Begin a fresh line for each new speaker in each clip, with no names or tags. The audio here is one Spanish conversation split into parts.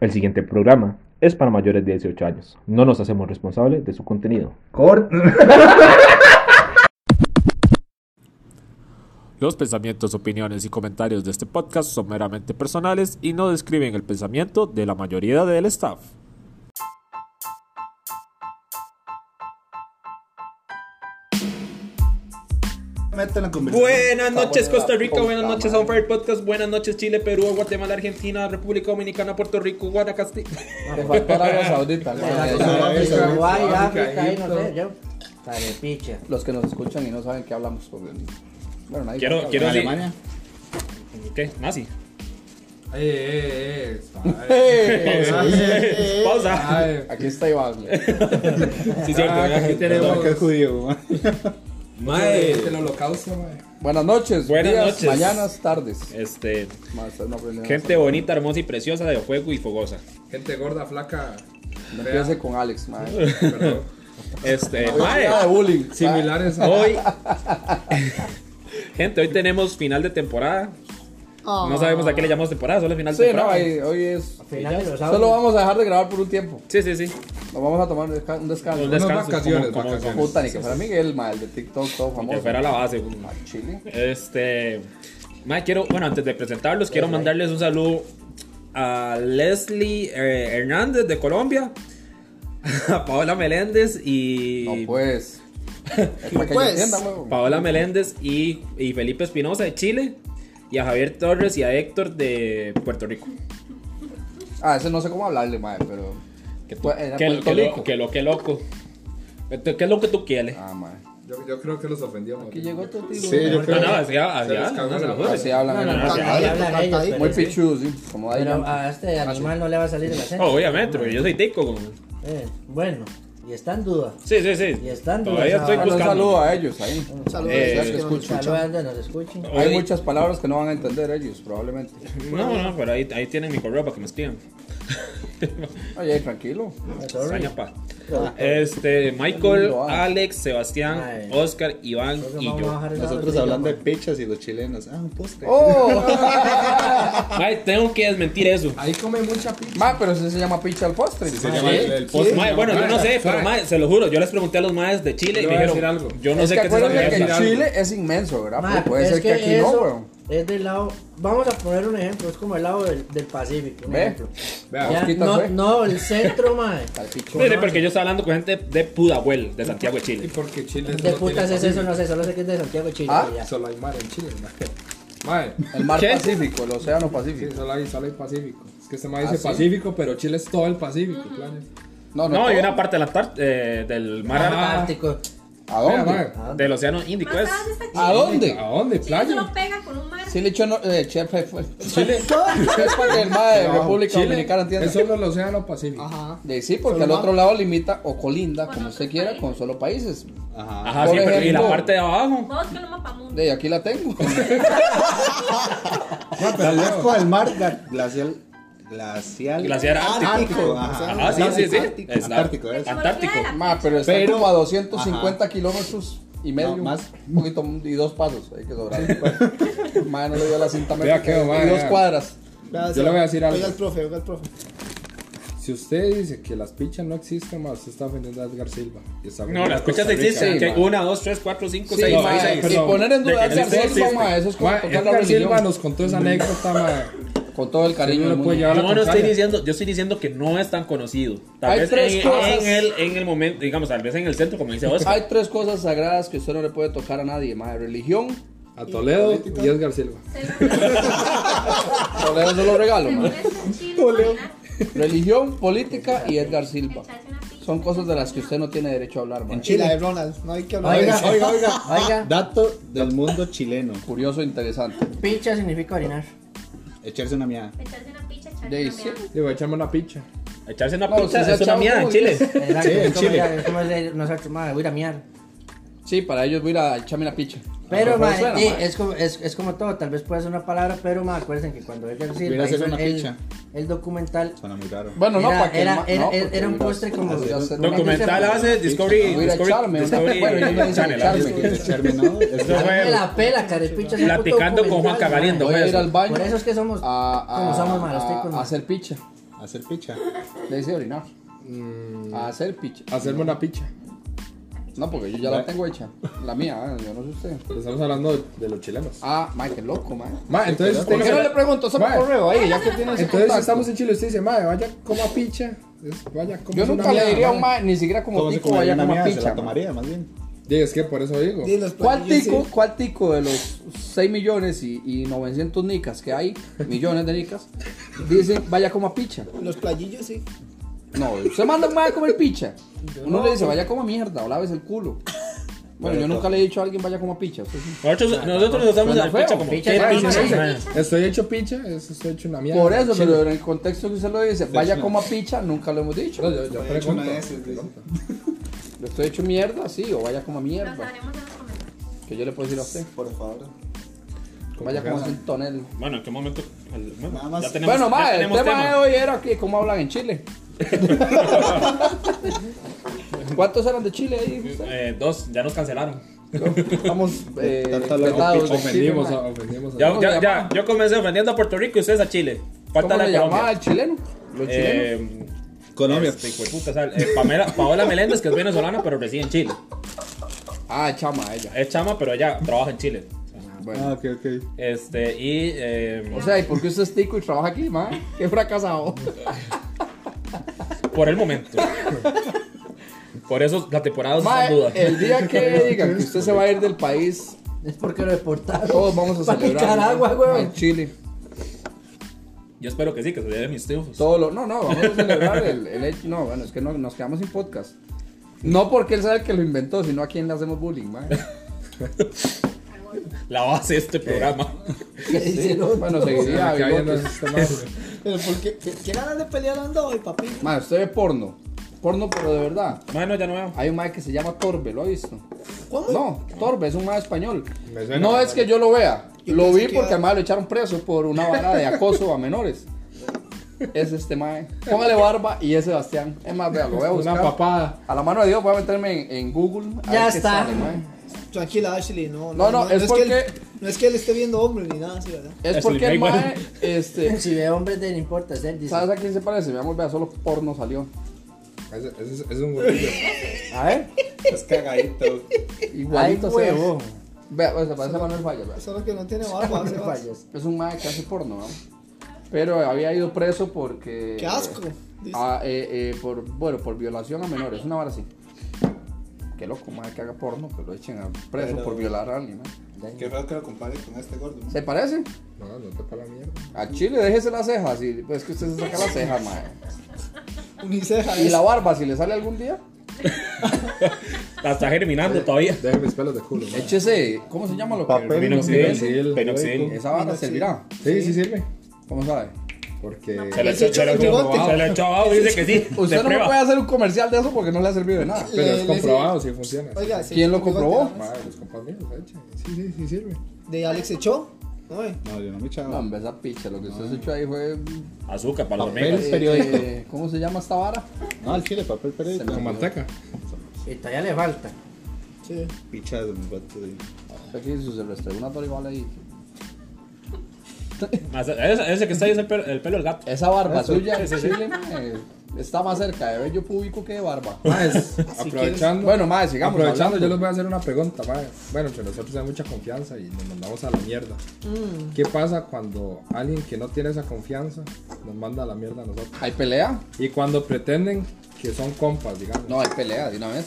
El siguiente programa es para mayores de 18 años. No nos hacemos responsables de su contenido.
Cor-
Los pensamientos, opiniones y comentarios de este podcast son meramente personales y no describen el pensamiento de la mayoría del staff.
Mete la conversación.
Buenas noches Costa Rica, buenas noches On Fire Podcast, buenas noches Chile, Perú, Guatemala, Argentina, República Dominicana, Puerto Rico, Guanacaste.
Me faltó Arabia Saudita.
Saudita,
Uruguay,
África,
África, ahí no sé, yo. Tarepicha. Los que nos escuchan y no saben qué hablamos, porque... Bueno, nadie
Quiero-
sabe qué
quiero-
hablamos.
sí. ¿Qué? Nazi.
Eh, eh,
¡Eh!
Pausa.
Aquí está Iván.
Sí, cierto, ¿verdad?
Ah, aquí tenemos
judío.
Mae, el holocausto, mae.
Buenas noches,
Buenas
días,
noches.
mañanas, tardes.
Este,
Más, no aprendí
gente bonita, hermosa y preciosa de fuego y fogosa.
Gente gorda, flaca.
nada. No empiece con Alex, madre.
Perdón.
Este, mae,
de bullying. Ah,
Similares a.
hoy. Gente, hoy tenemos final de temporada. No sabemos a qué le llamamos temporada, solo es final de
Sí, no,
temporada.
ahí- hoy es...
Final de los
Solo vamos a dejar de grabar por un tiempo.
Sí, sí, sí.
Nos vamos a tomar un desca- un descanso.
Un
Unas
descanso,
vacaciones,
como- como-
vacaciones.
como-
Puta, ni que fuera Miguel, madre, el de TikTok, todo
que
famoso.
fuera la base.
Al Chile.
Este. Mae, quiero. Bueno, antes de presentarlos, quiero mandarles un saludo a Leslie eh, Hernández de Colombia, a Paola Meléndez y.
No, pues. Es para que yo
Pues.
entienda, huevón.
Paola Meléndez y, y Felipe Espinosa de Chile, y a Javier Torres y a Héctor de Puerto Rico.
Ah, ese no sé cómo hablarle, madre, pero.
Que tú-
Pues, era
que, lo-
Puerto
que lo-
Rico.
que lo que loco. Este, ¿Qué es lo que tú quieres?
Ah, madre.
Yo, yo creo que los ofendíamos.
Aquí llegó tu tío.
Sí, yo
No,
creo.
no, hacia,
Se
hacia,
les cagó
no,
la
no,
voz.
Así hablan.
No,
en
no,
el-
no,
Ah,
así
sí.
hablan ellos, pero
Muy
sí.
pichudo, sí. Como de ahí.
Pero a este animal no le va a salir el acento.
Oh, obviamente, porque yo soy tico. como-
Eh, bueno, y está en duda.
Sí, sí, sí.
Y están
Todavía
dudas
estoy
ahora.
un
buscando.
saludo a ellos ahí.
Saludos,
Eh,
a los que
que
nos
escuchan.
saludan, que nos escuchen.
Hay
Hoy-
muchas palabras que no van a entender ellos, probablemente.
No, no, pero ahí, ahí tienen mi correo para que me escriban.
Oye, tranquilo.
Sorry.
Extraña, pa. Este, Michael,
Lindo, ah.
Alex, Sebastián,
Ay.
Oscar, Iván
Creo que
y
vamos a
yo.
bajar esa
Nosotros
botella,
hablando de
man.
pichas y los chilenos. Ah, un postre.
¡Oh!
Mae, tengo que desmentir eso.
Ahí come mucha pizza.
Ma, pero ese se llama picha al postre.
Sí, se
ma.
llama el, el postre.
Mae, bueno, yo no sé, pero
Suave.
mae, se lo juro, yo les pregunté a los maes de Chile y
Yo
me
voy a
dijeron,
decir algo.
yo no
Es
sé
que
qué es esa
acuérdense que en
mierda.
Chile es inmenso, ¿verdad?
Ma,
Pero Ah, puede
es
ser que,
que
aquí no,
eso
weón.
Es del lado. Vamos a poner un ejemplo, es como el lado del, del Pacífico. Un
Ve.
ejemplo.
Vea,
Ya,
Mosquita
no,
fue.
no, el centro, madre.
Sí, sí, porque yo estaba hablando con gente de Pudahuel, de Santiago de
¿Y
Chile.
por qué Chile
De
solo
putas
tiene
es eso, no sé, solo sé que es de Santiago de Chile.
Ah,
y ya.
Pacífico? Solo hay mar en Chile, mae. Mae,
El mar
¿Qué?
Pacífico, el océano
sí,
Pacífico.
solo hay, solo hay Pacífico. Es que se me
¿Ah,
dice
sí?
Pacífico, pero Chile es todo el Pacífico, claro.
No, no.
No, hay
todo.
una parte de la tar- eh, del mar
Ah.
Ártico.
¿A
Vea,
dónde?
mae,
del océano Índico es.
Más está
Pues, ¿A dónde?
¿A dónde?
Chile
¿Playa?
solo pega con un mar.
Sí, le echó no, eh, chef fue.
Chile.
Es para el mar de República
Chile
Dominicana,
es
¿entiendes?
solo el océano Pacífico.
De, sí, porque al otro lado limita o colinda, como usted quiera, con solo países.
Ajá.
Ah,
Ajá,
Por
sí, pero y la
ejemplo.
parte de abajo.
Vos que no mapa mundo.
De aquí la tengo.
No, pero asco del mar gla- glacial. Glacial.
Glaciar ártico.
Ajá,
Ajá, sí, sí, sí.
Antártico.
Es la-
Antártico, es.
Antártico.
Ma, pero está
Pero-
como a 250 kilómetros y medio.
No, más.
Un poquito y dos pasos. Hay que sobrar. Ma, no le dio la cinta
Vea
métrica,
qué, ma,
Y dos
vea.
cuadras.
Yo le voy a decir algo.
Oiga el profe, oiga el profe.
Si usted dice que las pichas no existen más, usted está ofendiendo a Edgar Silva. Y está
No,
ofendiendo
las
a
pichas
Costa Rica.
existen.
Sí,
que hay
ma.
una, dos, tres, cuatro, cinco,
Sí,
seis,
ma,
seis, seis.
y
perdón.
poner en
De
duda
que
el
existe.
sexo, ma, eh. eso es como
Ma,
tocar la
Edgar Silva
religión.
nos contó esa anécdota, ma.
Con todo el cariño
Uno
del
le puede
mundo.
llevar la
Yo no estoy
contraria.
diciendo, yo estoy diciendo que no es tan conocido. Tal
Hay
vez
tres
en,
cosas.
en el, en el momento, digamos, tal vez en el centro, como dice Oscar.
Hay tres cosas sagradas que usted no le puede tocar a nadie, ma, Religión,
A Toledo y Edgar Silva.
Toledo no lo regalo, ma.
en Chile, caminar,
Religión, política y Edgar Silva.
echarse una pizza.
Son cosas de las que usted no tiene derecho a hablar, ma.
Chile.
Y la de Ronald, no hay que hablar.
Oiga,
Oiga, oiga.
oiga.
Dato del mundo chileno.
Curioso, interesante.
Picha significa orinar.
Echarse una miada.
Echarse una picha, echarse
De ahí,
una
sí.
meada.
Digo, echarme una picha.
Echarse una
No,
pizza
si se
es una
echa un
mierda en
culo,
Chile.
Exacto,
Sí,
es
en
como
Chile.
ya- Es como es de nosotros, madre, voy a ir a miar.
Sí, para ellos voy a ir a echarme una picha.
Pero,
¿Cómo
ma,
suena,
eh,
ma?
es, como, es, es como todo, tal vez puede ser una palabra, pero ma, acuérdense que cuando Edgar
Hubiera
Silva
sido
hizo
una
el,
picha.
el documental,
Suena muy raro.
Bueno, no,
era,
para que.
era,
ma-
era-
no,
era-
porque
era un
voy a-
postre como...
voy a hacer una-
Documental hace Discovery.
Voy a ir a
Discovery-
echarme una-
Discovery
Bueno, yo no dicen
Channel. ¿ah?
echarme.
Echarme, ¿no? Es
Eso
Me
fue
la pela, carepicha. es un puto
platicando con Juan pues.
documental,
Cagalindo.
pues, Voy a
fue
ir
eso.
al baño
Por eso es que somos
a, a-
como somos, ma, los
a-
ticos,
a
ma.
hacer picha.
hacer picha.
Le dice orinar.
Mm.
A hacer picha.
Hacerme una picha.
No, porque yo ya la tengo hecha. La mía, ¿eh? yo no sé usted.
Pero estamos hablando de, de los chilenos.
Ah, Mike, qué loco, Mike.
Ma, entonces, usted
¿Por qué
dice-
no le pregunto eso por
Mae.
correo ahí? Ya que tiene ese
Entonces, si
contacto.
estamos en Chile, usted dice, madre, vaya, coma picha. Es- vaya, coma
Yo nunca le diría a un Mike, ni siquiera como
¿Cómo se
tico, vaya
comería una
como
mía? Se
picha.
la tomaría, más bien.
Es que por eso digo.
Sí, los
¿Cuál
platillos,
tico,
sí.
cuál tico de los 6 millones y, y 900 nicas que hay, millones de nicas, dice vaya como picha?
Los playillos, sí.
No, usted manda a un mae a comer picha. Uno le dice vaya como mierda o laves el culo. Bueno, yo nunca le he dicho a alguien vaya como picha. usted sí.
Nosotros, nosotros nos damos
Suena
al
feo,
picha como
picha
¿qué
es
picha,
picha,
mae?
Estoy hecho picha, es- estoy hecho una mierda.
Por eso,
Chile.
pero en el contexto que usted lo dice, vaya como picha, nunca lo hemos dicho.
No, yo, yo
He
pregunto.
hecho una de esas, dice.
Lo estoy hecho mierda, sí, o vaya como
Lo
mierda.
sabremos en los comentarios.
Que yo le puedo decir a usted.
Por favor.
Vaya como un tonel.
Bueno, ¿en qué momento? El- bueno,
Nada más.
ya tenemos,
Bueno,
ya
mae, el
tenemos
tema,
tema.
de hoy era que cómo hablan en Chile. ¿Cuántos eran de Chile ahí? usted?
Eh, dos, ya nos cancelaron.
Estamos eh,
Tanto hablar de
vetados de Chile,
Ofendimos,
mae.
a- ofendimos. a-
Ya,
¿Cómo
ya,
se
ya,
llama?
yo comencé ofendiendo a Puerto Rico y ustedes a Chile. Falta
¿Cómo
la
le
de Colombia.
llamaba el chileno? Los chilenos.
Eh,
Colombia.
este, hijo de puta, o sea, eh, Pamela- Paola Meléndez, que es venezolana, pero reside en Chile.
Ah, chama, ella.
Es chama, pero ella trabaja en Chile.
Bueno.
Ah, ok, ok.
Este, y. eh,
Ah.
O sea, ¿y por qué usted es tico y trabaja aquí, mae? Qué fracasado.
por el momento. Por eso la temporada
Mae, eh.
sin duda.
el día que digan que usted se va a ir del país,
Es porque lo deportaron.
todos vamos a
Para
celebrar.
Nicaragua,
mae.
güey.
Al Chile.
Yo espero que sí, que se lleven mis triunfos.
Todo lo- no, no, vamos a celebrar el, el hecho. No, bueno, es que no, nos quedamos sin podcast. No porque él sabe que lo inventó, sino a quién le hacemos bullying, mae.
La base de este programa.
¿Qué dice el otro?
Bueno,
Se me
seguiría
cae en
bigotes.
los estómagos.
Pero ¿por qué? ¿Qué, qué ganas de pelear ando hoy, papi?
Mae, usted ve porno. Porno, pero de verdad.
Bueno, ya no veo.
Hay un mae que se llama Torbe, ¿lo ha visto?
¿Cómo?
No, Torbe es un mae español.
Me suena,
no
me
es que
suena.
yo lo vea.
Yo
lo
pensé
vi
que
porque
era-
al mae lo echaron preso por una vara de acoso a menores. Es este mae. Póngale barba y es Sebastián. Es más, vea, lo voy a buscar.
Una papada.
A la mano de Dios voy a meterme en, en Google. a
Ya
ver qué
está.
sale, mae.
Tranquila, Ashley, no.
No, no, es
que él,
porque-
no es que él esté viendo hombre ni nada así, ¿verdad?
Es
Es
porque
el
el
Mayweather.
mae, este,
Si ve hombres de no importa, es él, dice.
¿sabes a quién se parece? Veamos, vea, solo porno salió.
Ese, ese es, ese es un gordillo.
A ver,
Es cagadito.
igualito
Ay,
se ve.
huevo.
Vea, pues, vea, se parece a Manuel Falla, vea.
Solo que no tiene barba,
No
se va.
fallas.
Es un mae que hace porno, ¿no? Pero había ido preso porque...
Qué asco. dice.
Ah, eh, eh, por, bueno, por violación a menores, una vara así. Qué loco, mae, que haga porno, que lo echen a preso
Pero-
por violar a alguien, mae.
Qué raro que lo compares con este gordo. ¿no?
¿Se parece?
No, no te pa' la mierda.
A Chile, déjese las cejas, y pues es que usted se saca las cejas, mae.
Uniceja.
Y
es-
la barba, si le sale algún día,
La está germinando todavía.
Deje mis pelos de culo. madre.
échese, ¿cómo se llama lo que?
Papel.
Penoxidil.
Penoxidil.
Penoxidil.
Esa barra servirá.
Sí, sí sirve.
¿Cómo sabe?
Porque.
Se le echó
Se
se le echó
echó el
abajo.
bigote.
Se le echó abajo. Dice que sí. de
Usted no me
prueba.
puede hacer un comercial de eso porque no le ha servido de nada.
Pero
Le-
es
le-
comprobado, sí funciona.
Oiga, sí,
¿Quién lo
bigote,
comprobó?
nada más.
Madre, los compas míos, eche. Sí, sí, sí sirve.
De Alex Echó. No, eh.
No, yo no me
No,
echaba.
hombre, esa picha, lo que usted se echó ahí fue.
Azúcar para los
Papel.
megas.
eh,
periódico.
eh, ¿Cómo se llama esta vara?
No, al chile, papel periódico.
Con manteca.
Y todavía le falta.
Sí.
Pichas, mi vato. sí.
Aquí se le restregó una torre igual ahí.
Más- Ese, ese que está ahí es el pelo, el pelo del gato.
Esa barba
Eso,
suya
sí,
en
sí, sí.
Chile, mae, está más cerca de bello público que de barba.
Más, aprovechando.
Bueno, mae, sigamos.
Aprovechando,
hablando.
yo les voy a hacer una pregunta, madre. Bueno, entre nosotros hay mucha confianza y nos mandamos a la mierda. ¿Qué pasa cuando alguien que no tiene esa confianza nos manda a la mierda a nosotros?
¿Hay pelea?
Y cuando pretenden que son compas, digamos.
No, hay pelea de una vez.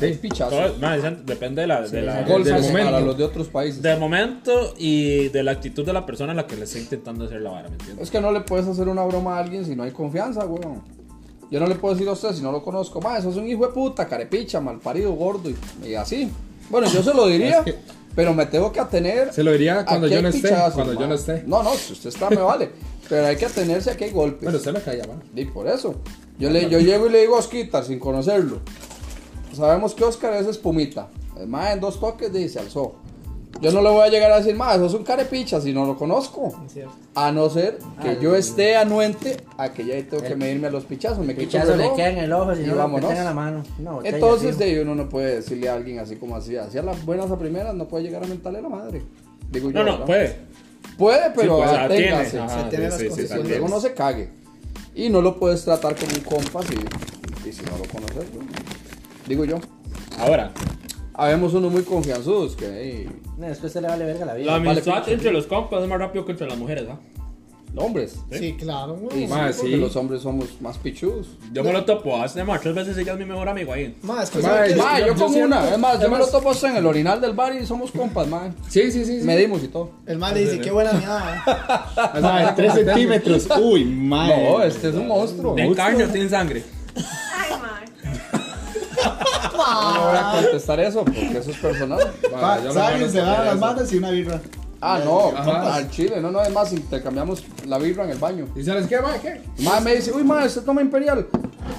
Hay
Sí.
pichazo.
Todo- más, dicen, depende de la, de la-
sí.
Golpes
Del momento.
para los de otros países.
del momento y de la actitud de la persona a la que le está intentando hacer la vara, ¿me entiendes?
Es que no le puedes hacer una broma a alguien si no hay confianza, weón. Yo no le puedo decir a usted si no lo conozco. más eso es un hijo de puta, carepicha, malparido, gordo y, y así. Bueno, yo se lo diría,
Es que-
pero me tengo que atener.
Se lo diría cuando
a que
yo no
hay
esté,
pichazos,
cuando yo
ma.
no esté.
No, no, si usted está, me vale. Pero hay que atenerse a que hay golpes.
Bueno, usted me caía, man.
Y por eso. Yo, le, yo llego y le digo a Osquitar sin conocerlo. Sabemos que Oscar es espumita. El mae en dos toques dice, alzó. Yo no le voy a llegar a decir, más, sos un carepicha si no lo conozco.
Cierto.
A no ser que
Ah,
yo esté anuente a que ya ahí tengo que medirme a los pichazos. Me quito el
Pichazo le
reloj
queda en el ojo, si
y
no lo
vámonos.
tenga en la mano. Una botella,
Entonces,
fijo.
de ahí uno no puede decirle a alguien así como así. Así a las buenas a primeras no puede llegar a mentarle la madre. Digo yo,
No, no,
¿verdad?
puede.
Puede, pero
Sí, pues, la tiene.
aténgase.
Ajá,
tiene
sí,
las
sí, sí,
condiciones.
la
Luego
tiene.
no se cague. Y no lo puedes tratar como un compa si, y si no lo conoces, ¿no? digo yo.
Ahora,
Habemos unos muy confianzudos que ey,
Después se le vale verga la vida.
la
vale
amistad
picha.
entre los compas es más rápido que entre las mujeres, ¿ah?
hombres.
¿Eh?
Sí, claro, güey.
Y
Ma,
sí, porque
sí.
los hombres somos más pichudos.
Yo me lo topo hace más tres veces ella es mi mejor amigo ahí.
Ma, es que
Ma,
¿sabe qué?
es- yo-
Ma, yo,
yo
como
siento-
una, es más, yo me lo
además-
topo hasta en el orinal del bar y somos compas, man.
Sí, sí, sí. sí.
Medimos y todo.
El mal le dice, qué buena mirada.
O sea, como que-
centímetros. Uy, eh. madre.
No, este es un monstruo.
De carne o sin sangre.
Ay, Mark.
No voy a contestar eso porque eso es personal.
Ah,
Ma, yo no me voy a
Saben, se
responder
dan las
eso.
manos y una birra.
Ah, no,
Ajá.
compas, al chile, no, no, es más, intercambiamos la birra en el baño.
¿Y sabes qué, ma? ¿Qué?
Madre me dice, uy, madre, usted toma imperial.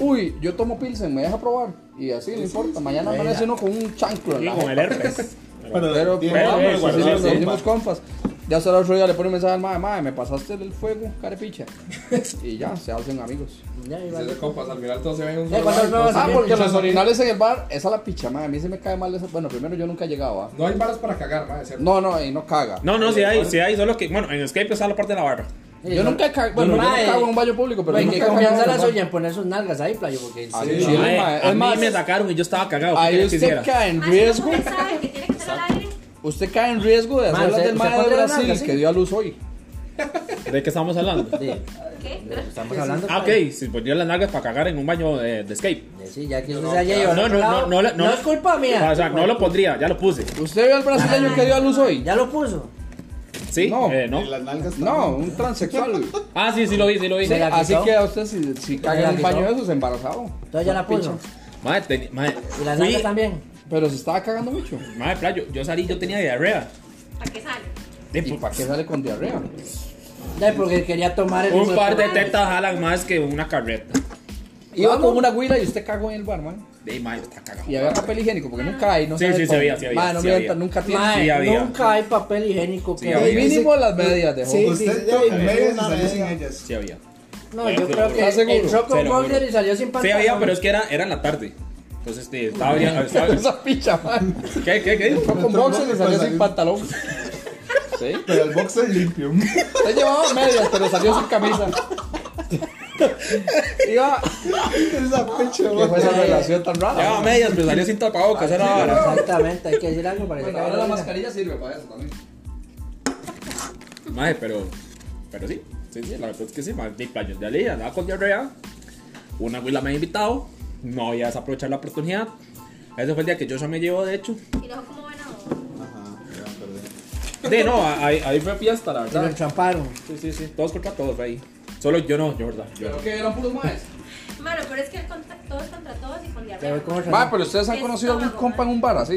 Uy, yo tomo pilsen, me deja probar. Y así, no importa, mañana amanece uno con un chancro en
Y
la
con el herpes.
Pero, pero,
Tiene-
pero,
vamos,
pero,
sí,
pero,
sí, hicimos compas. Ya hasta el otro día le pone un mensaje al madre, madre, me pasaste el fuego, carepicha. y ya, se hacen amigos.
Ya, ahí
Y
vale.
se hace compas, al final todos se ven en un
Ya,
solo
¿cuántas
bar,
nuevas?
Ah,
bien,
porque
pichas,
los orinales en el bar, esa es la picha, madre. A mí se me cae mal esa. Bueno, primero yo nunca he llegado, ¿ah?
No hay balas para cagar, ma, es cierto.
No, no, y no caga.
No, no, si hay, si hay, solo que, bueno, en Escape está la parte de la barra.
Yo nunca he cagado. Bueno, yo no
Mae,
cago en un baño público, pero
Pero hay
nunca he
que
cagado en
Pues, confianza
un
la
bar.
suya en poner sus nalgas ahí, playo, porque en
Ah,
serio,
sí.
Mae,
mae,
eh, a
es
mí
más-
me sacaron y yo estaba cagado. ¿qué
Ahí
quieres que
usted
hiciera?
cae en
Más que las
riesgo.
mujeres saben que tiene que estar al aire.
Usted cae en riesgo de
Ma,
hacer las
¿usted-
del
usted
madre de
pondría la
Brasil
nalga, sí?
que dio a luz hoy.
¿De qué estamos hablando?
sí,
¿Qué?
estamos hablando.
Ah,
playo.
ok, si ponía las nalgas para cagar en un baño de, de Escape.
Sí, ya que usted se haya llevado.
No,
al
no,
otro
no,
lado,
no, la-
es culpa mía.
O sea, no lo pondría, ya lo puse.
¿Usted vio al brasileño que dio a luz hoy?
Ya lo puso.
¿Sí?
No.
Eh, no.
Y las nalgas
No, un transexual.
Ah, sí, sí lo vi, sí lo vi.
Se la-
Así
quitó?
que a usted si, si caga en un
la
baño
quitó?
de esos, embarazado.
Entonces ya la puso.
Madre, teni- madre,
Y las
fui-
nalgas también.
Pero se estaba cagando mucho.
Madre, playo, yo salí, yo tenía diarrea.
¿Para qué sale?
De-
¿Y para qué sale con diarrea?
Ya, porque quería tomar el.
Un par de tetas jalan más que una carreta.
Iba con una huila y usted cagó en el bar, man.
De mayo, está cagado.
Y había papel higiénico porque nunca hay, no
Sí,
sabe
sí, se
cómo.
veía, se veía,
Ma, no
se
mienta,
veía.
nunca tiene.
Mae,
Sí, había.
nunca hay papel higiénico que.
Sí, había.
mínimo las medias dejó.
Sí, sí,
Usted
sí,
toca en
sí,
medio
sí,
y sale
sí,
sin
sí.
ellas.
Sí había.
No, yo
Sí,
creo
¿Estás
que
seguro?
entró con
Se lo juro.
Boulder y salió sin
Sí
pantalón.
había, pero es que era, era en la tarde. Entonces, este, estaba bien. estaba-
Esa picha, man.
¿Qué, qué, qué?
Fue con boxer y salió sin pantalón. Sí.
Pero el boxer limpio.
Usted llevaba medias, pero salió sin camisa. Iba.
Esa pecho.
¿Qué fue esa
Mae.
relación tan rara?
Llevaba medias, pero salió sin tapabocas, era vara.
Exactamente, hay que decir algo para que se
Bueno,
acabe
ahora la
vida.
mascarilla sirve para eso también.
Mae, pero. Pero sí, sí, sí, la verdad es que sí, mae. Mi playo de alía, andaba con diarrea. Una güila me había invitado. No voy a desaprovechar la oportunidad. Ese fue el día que yo me llevó, de hecho.
Y dejó como buena
De no, ahí, ahí fue fiesta, la
Se lo
verdad.
entramparon.
Sí, sí, sí. Todos contra todos fue ahí. Solo yo no, yo, verdad. Yo.
¿Pero qué? ¿Eran puros maes?
Mano, pero es que contra, todos contra todos y con
Se
diarrea.
ve como
Ma, pero ustedes han
Es
conocido a algún
todo,
compa en un bar así.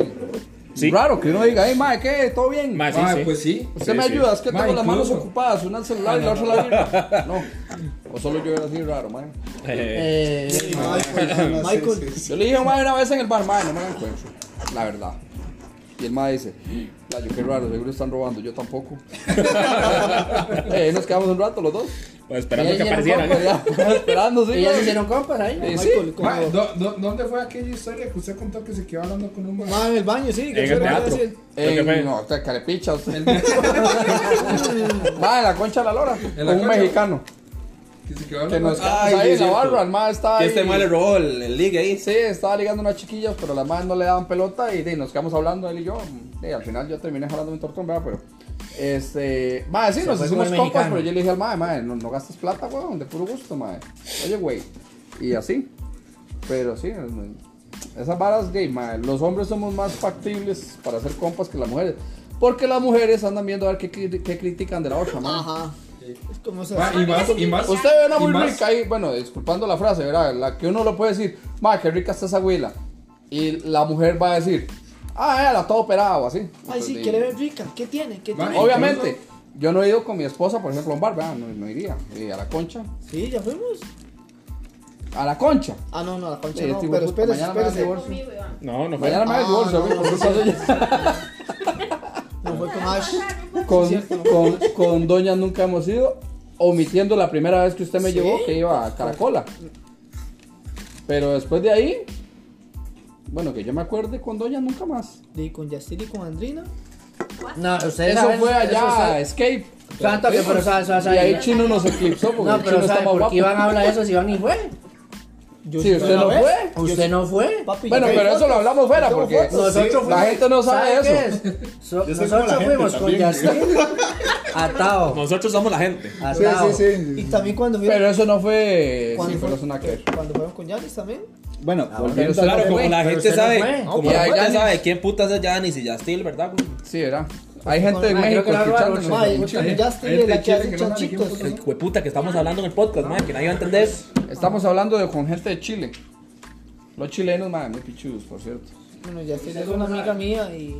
Sí.
Raro que uno diga, hey, mae, ¿qué? ¿Todo bien?
Mae, sí,
Ma,
sí.
pues sí.
Usted
Sí,
me
sí.
ayuda, es que
Ma,
tengo las manos
incluso.
ocupadas, una al celular y la otra a la birra. No. O solo yo era así raro, mae. pues.
Eh,
Eh,
Michael.
Sí, sí.
Yo le dije a un mae una vez en el bar, mae, no me hagan cuento. La verdad. Y el mae dice, playo, qué raro, seguro están robando, yo tampoco. eh, nos quedamos un rato los dos.
pues esperando
Ella
que
era
aparecieran.
compa,
Ya, esperando, sí.
ellas se
mae.
hicieron compas ahí.
Eh, sí.
Michael,
Ma,
como-
¿dó- dó- ¿Dónde fue aquella historia que usted contó que se quedó hablando con un ma?
Ma, en el baño, sí.
En
que eso
el
era lo que
teatro.
iba a decir.
Eh,
¿Qué fue?
no, te carepicha usted. Va, en la concha de la lora.
la
con un
concha.
mexicano.
Que se quedó
Que
hablando
nos
con-
quedamos ahí en la barra. El mae estaba
Que
ahí.
este mae le robó el, el ligue ahí.
Sí, estaba ligando unas chiquillas, pero las madres no le daban pelota y, de, nos quedamos hablando él y yo. De, al final yo terminé jalando un tortón, ¿verdad? Pero, este, madre, sí, nos
fue
hicimos
con el
compas,
mexicano.
pero yo le dije al madre, madre, no, no gastes plata, weón, de puro gusto, madre. Oye, güey, y así. Pero sí, esas varas gay, madre, los hombres somos más factibles para ser compas que las mujeres. Porque las mujeres andan viendo a ver qué, cri- qué critican de la otra, madre.
Ajá. Es como esas-
Ma, Ah, y más, y más.
Usted ve una
Y
muy
más-
rica y, bueno, disculpando la frase, ¿verdad? La que uno lo puede decir, ma, qué rica está esa abuela. Y la mujer va a decir, ah, ella la todo operada o así.
Ay, sí,
Entonces,
pues
quiere ver rica. ¿Qué tiene? ¿Qué
Ma,
tiene?
Obviamente, yo no he ido con mi esposa, por ejemplo, a un bar, ¿verdad? No, no iría. Y a la concha.
Sí, ya fuimos.
A la concha.
Ah, no, no, la concha
Sí,
no.
este
Pero
hijueputa,
espérese,
mañana me va a
espérese.
divorciar.
Conmigo, Iván.
No, no fue.
Mañana me da
Ah,
divorcio,
no,
güey,
no,
por
no,
culpa
no.
suya.
No fue con Ash.
con, con, con Doña nunca hemos ido, omitiendo la primera vez que usted me
Sí.
llevó, que iba a Caracola. Pero después de ahí, bueno, que yo me acuerde con Doña nunca más.
Y con Yasir y con Andrina.
No, ustedes
Eso
saben-
fue
eso
allá, Escape.
ustedes- Sabe, toque, pero sabe, sabe,
Y
sabe.
ahí Chino nos eclipsó porque
No, pero
Chino está
sabe,
más
¿por qué
guapo.
Iván habla de eso si Iván ni fue?
Yo
Sí,
sí
usted no
una vez.
fue.
Usted no fue.
Papi,
Bueno,
yo
pero
fui.
eso lo hablamos fuera
Yo
porque
tengo fotos. Nosotros
la gente no sabe
¿Sabe
eso.
qué es? So-
Yo soy como la
nosotros
gente
fuimos con
también.
Justin atado.
Nosotros somos la gente.
Atado.
Y también cuando fuimos-
Pero eso no fue.
cuando
Sí, pero
fuimos-
es una que.
Cuando fuimos con Yanis también.
Bueno,
Pero
volviendo
usted
Claro,
no
como
fue.
la gente
usted no
sabe,
fue.
como
Y
la
a
gente
Janis-
sabe quién putas es Janis y Justin, ¿verdad? güey?
Sí, era. Hay gente en
Ah, creo
México
que la robaron,
escuchándonos.
ma,
Ay, con Justin, la que hace chanchitos.
El hueputa que estamos hablando en el podcast, madre, que nadie va a entender.
Estamos hablando de con gente de Chile. Los chilenos, madre, muy pichudos, por cierto.
Bueno, Justin es una amiga mía y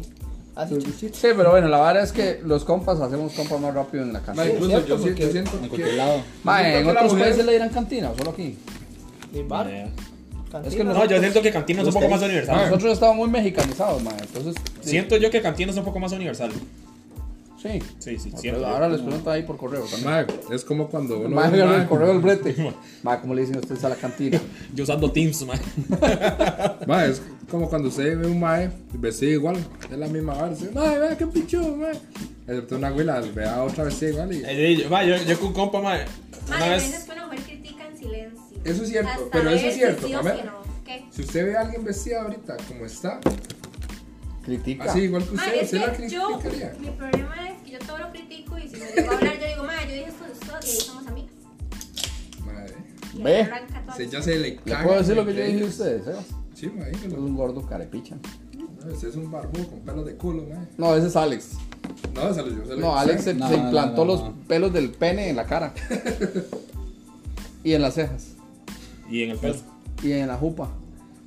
hace chuchitos.
Sí, pero bueno, la verdad es que los compas hacemos compas más rápido en la
Ma,
cantina.
incluso
cierto,
yo, sí-
porque-
yo siento
en cualquier
que.
lado.
Ma,
Yo
en
siento que la
otros
mujer-
países le dirán cantina o solo aquí.
De bar, cantina.
Es que
No, yo
nosotros,
siento que Cantino es un poco más universal.
nosotros estamos muy mexicanizados, madre. Entonces, sí.
Siento yo que Cantino es un poco más universal. Sí,
Sí.
sí,
Pero
siento. yo.
ahora les pregunto ahí por correo también.
Ma, es como cuando uno.
Madre,
ve,
agarra
ma,
el correo del brete. Madre, ¿cómo le dicen ustedes a la cantina?
Yo usando Teams, madre.
ma, es como cuando usted ve un mae vestido igual. Es la misma vara. Dice, mae, vea qué pichudo, mae. Excepto una güila, ve a otra vestida igual y.
Eh, yo- madre, Yo yo con un compa, madre. Una
Madre, me dices
vez.
que una mujer critica en silencio.
Eso es cierto,
Hasta
pero eso es
ver si
cierto,
Sí o
a ver.
si no. ¿Qué?
Si usted ve a alguien vestida ahorita como está,
Critica.
así igual que usted,
Madre, es
usted la
que yo,
criticaría.
mi problema es que yo todo lo critico y si me digo hablar, yo digo, madre, yo dije esto, esto, y ahí somos amigas.
Madre.
Y ahí
Ve.
arranca toda
Se,
la-
ya se le
¿Le
caga.
puedo decir lo que
el
yo
play.
dije a ustedes? eh?
Sí, mae, que
Es
lo-
un gordo carepicha.
no, ese es un barbudo con pelos de culo, mae.
No, ese es Alex.
No, se lo yo se lo
No, Alex se,
No,
se
no,
implantó
no,
los
no.
pelos del pene en la cara. y en las cejas.
Y en el pez.
Y en la jupa.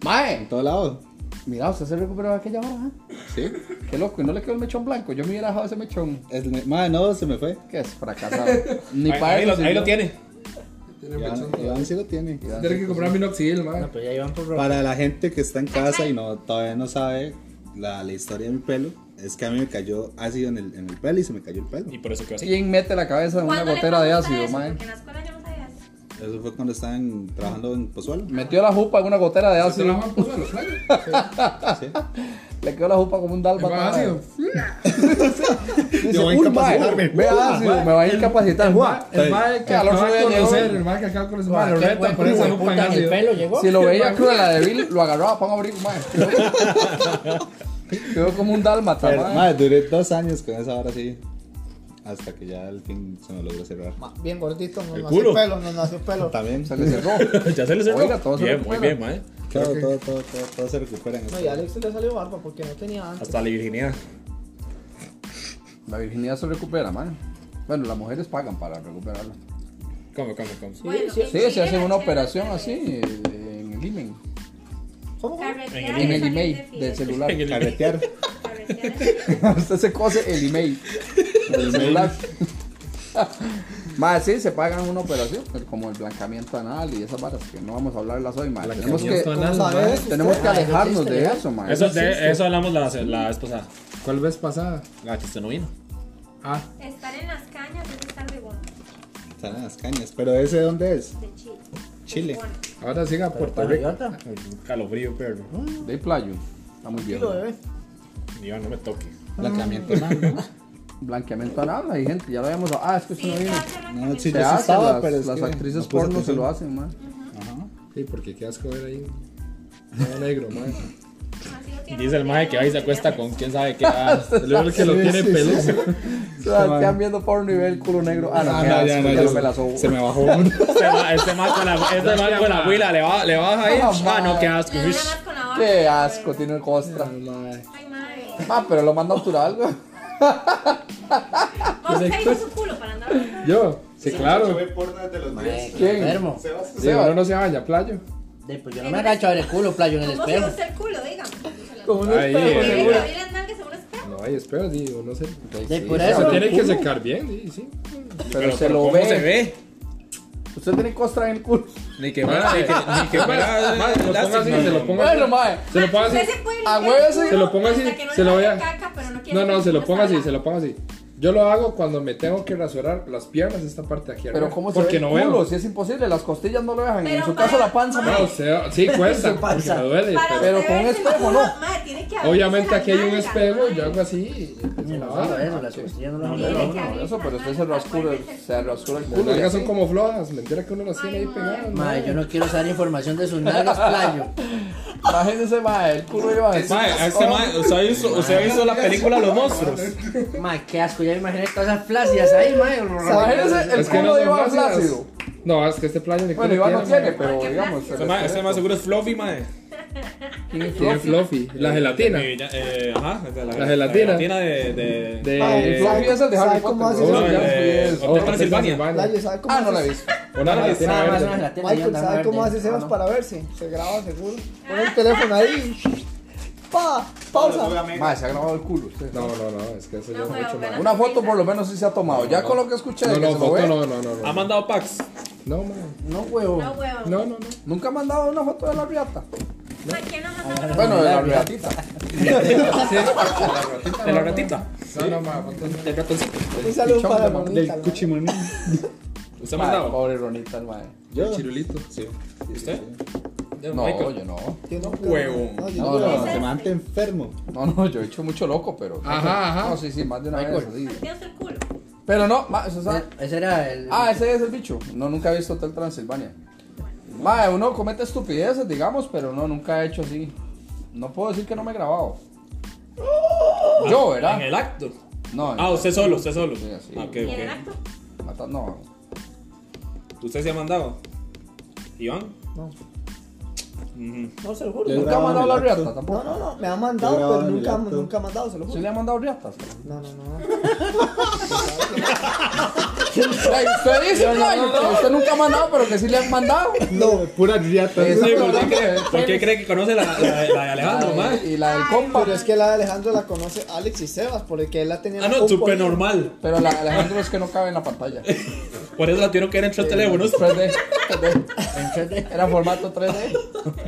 Mae,
En todos lados.
mira, usted se recuperó de aquella hora. ¿eh?
Sí.
Qué loco, y no le quedó el mechón blanco. Yo me hubiera dejado ese mechón.
Madre, no, se me fue.
Qué es fracasado. Ni
Ahí-
para
Ahí lo-
eso
ahí lo
sirvió.
tiene.
Tiene mechón.
sí lo tiene.
Tiene que comprar minoxidil, mae.
No, pero ya iban por robar.
Para la gente que está en casa y no todavía no sabe la, la historia de mi pelo, es que a mí me cayó ácido en el, en el pelo y se me cayó el pelo.
Y por eso quedó así.
¿Quién mete la cabeza en una
¿Cuándo le
gotera de
preguntas
ácido,
eso?
mae?
Porque en la escuela yo no sabía eso.
Eso fue cuando estaba en- trabajando en Pozuelo.
Metió la jupa en una gotera de
¿Se lo
ácido.
van a poner a los playa?
Le quedó la jupa como un dalba.
¿Va ácido?
Dice, "Uy, mae, Ve ácido, me va a incapacitar.
El mae que
Al otro
acaba de
día llegó.
conocer, el mae que acaba de conocer, mae, lo
Qué
retan
buen
por esa
hijo de
lupa en
puta, el
ácido.
pelo llegó.
Si lo veía cruel la débil, lo agarraba para un abrigo, mae. Quedó como un dálmata,
Pero,
mae.
madre, duré dos años con esa hora así. Hasta que ya al fin se me logró cerrar.
Bien gordito, no
El nació culo.
pelo, no nació pelo.
También.
Se le cerró.
Ya se le cerró.
Oiga, todo se
Bien, muy
recupera.
bien, madre.
Claro, todo, todo, todo, todo se recupera en
No,
esto.
y a Alex le salió barba porque no tenía antes.
Hasta la virginidad.
La virginidad se recupera, mae. Bueno, las mujeres pagan para recuperarla.
Come, come, come.
Bueno,
sí.
en
Sí,
Chile
se hace
la
una
chela
operación
se
así eh, en el imen,
¿Cómo?
carretea
En el
y
en el
salir de
email del
fiesta.
celular.
En el-
Carretear.
Carretea y salir.
Usted se cose el email del celular. Más sí, se pagan una operación, pero como el blancamiento anal y esas varas que no vamos a hablarlas hoy, más. Tenemos que,
Blancamiento anal, mae.
tenemos que
Ah, eso
alejarnos
existe,
de
¿verdad?
eso, mae.
Eso, de, eso hablamos la, la vez pasada.
¿Cuál vez pasada?
La que usted no vino.
Ah,
Estar en las cañas es estar de bueno,
Están en las cañas. Pero ese, ¿dónde es?
de Chile.
Chile.
De bueno.
ahora siga Puerto Rico.
Calofrío, perro.
De playo. Está muy bien.
Lo bebé.
Iván, no me toque.
Ah.
Blancamiento anal, ¿no?
Blanqueamiento anal, hay gente, ya lo habíamos Ah, es que usted no
Sí, se
vino.
hace la
No, sí,
Se
yo sí
hace,
estaba,
las,
pero es
las
que
actrices
no puse
porno se
atención.
lo hacen, mae.
Sí, porque qué asco ver ahí. Todo negro, mae.
Así lo tienen
Dice el maje que va y se acuesta con quién sabe qué. ah.
Luego el que lo tiene peludo.
Se la están viendo porno y ve el culo negro. Ah, no,
Ah,
qué
no, ya,
asco, ya
no, yo
no me la sobo.
Se me bajó uno.
Este ma- Este maje con la, este ma con la huila le, va, le baja ahí.
Ah,
Ah, no, qué
Le
asco.
da nada
uish.
más con la boca.
Qué asco, tiene el costra.
Ay, madre.
Ah, pero lo más natural, güey.
Vos caíste su culo para andar.
Yo, sí, claro.
¿Quién?
Enfermo.
Sí, uno no se baña, playo.
De, pues yo no me agacho a ver el culo, playo, en el
¿Cómo se
espejo.
usa el culo? Dígame.
Ahí,
Tiene
eh,
que abrir las nalgas según espejo.
No, ahí espero, sí, uno se.
De, por
se
eso.
lo
Tiene
tiene
que secar bien, sí, sí.
Pero se lo
¿Cómo se
ve.
ve?
Usted tiene costra en el culo.
Ni que fuera. Ni que, ni que fuera.
Mae, se lo pongo así,
plástico.
se lo pongo así.
Bueno, mae.
Se lo pongo así.
Usted se puede
A
limpiar
huevo
el
se-
culo
Se lo pongo así,
hasta que no
se
le
lo voy
vaya
a.
caca, pero no quiere
No, no,
que
se lo pongo así,
salga.
se lo pongo así. Yo lo hago cuando me tengo que rasurar las piernas, esta parte de aquí
Pero
arriba,
cómo se
Porque
ve
no
el culo,
veo.
si es imposible, las costillas no lo dejan.
Pero
en su
para-
caso la panza,
para-
No,
pero-
se- sí cuesta,
Su
porque
panza.
me duele.
Para
pero
Pero
usted
con un
verse el
espejo,
culo,
¿no?
mae, tiene que abrirse
obviamente
las
aquí hay un
nalgas,
espejo y
mae.
yo hago así. y-
No, solo eso, las costillas no las
Sí,
No,
arreglan.
es que
no,
abrir
eso,
la
pero usted se
mano para
rasura, el-
ponerse el
se rasura el
Las
culo. y
nalgas son
así.
como flojas, mentira que uno las tiene ahí
Ay,
pegadas. ¿no?
Madre, yo no quiero saber información de sus nalgas, playo.
Imagínense, mae, el culo iba a
Mae, a este mae, usted ha visto, usted ha visto la película Los Monstruos.
Madre, qué asco, ya me imaginé todas esas flácidas ahí, madre.
Imagínense el
Es que no
culo de
son
Iván
flácidas.
Plácido.
No, es que este playa ni
Bueno,
culo
Iván no tiene,
mae.
pero digamos.
Este mae, este mae seguro es Fluffy, mae.
Tiene fluffy. La gelatina.
Eh, ya, eh, ajá, la, La
La gelatina.
gelatina de. de,
De... Oh,
Ah, el
Fluffy es el de Harry
¿Sabe cómo
Potter.
hace
¿no?
no,
eso?
Ya
eh,
después es-
Hotel Transilvania.
Playo, ¿sabe cómo
Ah, no
hace-
la he visto.
Una gelatina
Nada más una
verde.
gelatina.
Michael,
ya
¿sabe
andaba
cómo hace
verde.
Sebas
Ah, no.
para verse? Se graba seguro. Pon el teléfono ahí. Pa, pausa.
Mae, se ha grabado el culo usted.
No, no, no, es que eso
No,
yo
pero
mucho
apenas-
mal.
Una foto por lo menos sí se ha tomado. Ya con lo que escuché
No,
de que
no,
se lo
foto
ve,
no, no, no.
¿Ha
No,
mandado packs?
no, man.
No, huevo.
No, huevón.
no, no. no.
Nunca me han dado una foto de la riata.
Mae, ¿quién no mandó los-
Bueno, de la riatita.
¿De la ratita?
No, no, ma, foto no.
¿Del ratoncito?
Un saludo para Monita.
Del cuchimoní.
¿Usted ha
Mae,
mandado?
Pobre Ronita, el mae.
Yo.
Chirulito.
Sí.
¿Usted? Del
No,
Michael.
yo no.
Yo no creo.
Huevo.
No, yo
No,
no creo.
no.
Se mante enfermo.
No, no, yo he hecho mucho loco, pero.
Ajá, ajá.
No, sí, sí, más de una vez. así.
Manteos el culo.
Pero no, ma, eso es-
Eh,
Ese era el.
Ah, ese es el bicho. No, nunca he visto Hotel Transilvania. Mae, uno comete estupideces, digamos, pero no, nunca he hecho así. No puedo decir que no me he grabado. Yo,
¿En
¿verdad?
el acto?
No,
Ah, usted solo, usted solo.
Sí, así.
Ah, ok,
¿Y en el
ok.
acto?
mata- no.
¿Usted se ha mandado? ¿Iván?
No.
Ujú.
No, se lo juro.
Yo
No,
Nunca me
grababa
han dado
en
la
el acto.
riata tampoco.
No, no, no. Me ha mandado,
Yo grababa
pero
en el
nunca,
acto.
nunca ha mandado, se lo
¿Sí
juro.
le han mandado riatas?
No, no, no.
Ey, usted dice, playo, que usted nunca ha mandado, pero que sí le han mandado.
No, pura riata.
Esa
Sí, ¿por,
persona
qué cree,
que-
por qué cree que conoce la, la, la de Alejandro,
la
mae?
de- Y la del
Ay,
compa.
Pero es que la de Alejandro la conoce Alex y Sebas, porque él la tenía. en
Ah,
la
no,
compu
súper
ahí.
normal.
Pero la de Alejandro es que no cabe en la pantalla.
Por eso la tuvieron que ver en tres teléfonos.
3D, 3D. Era formato 3D.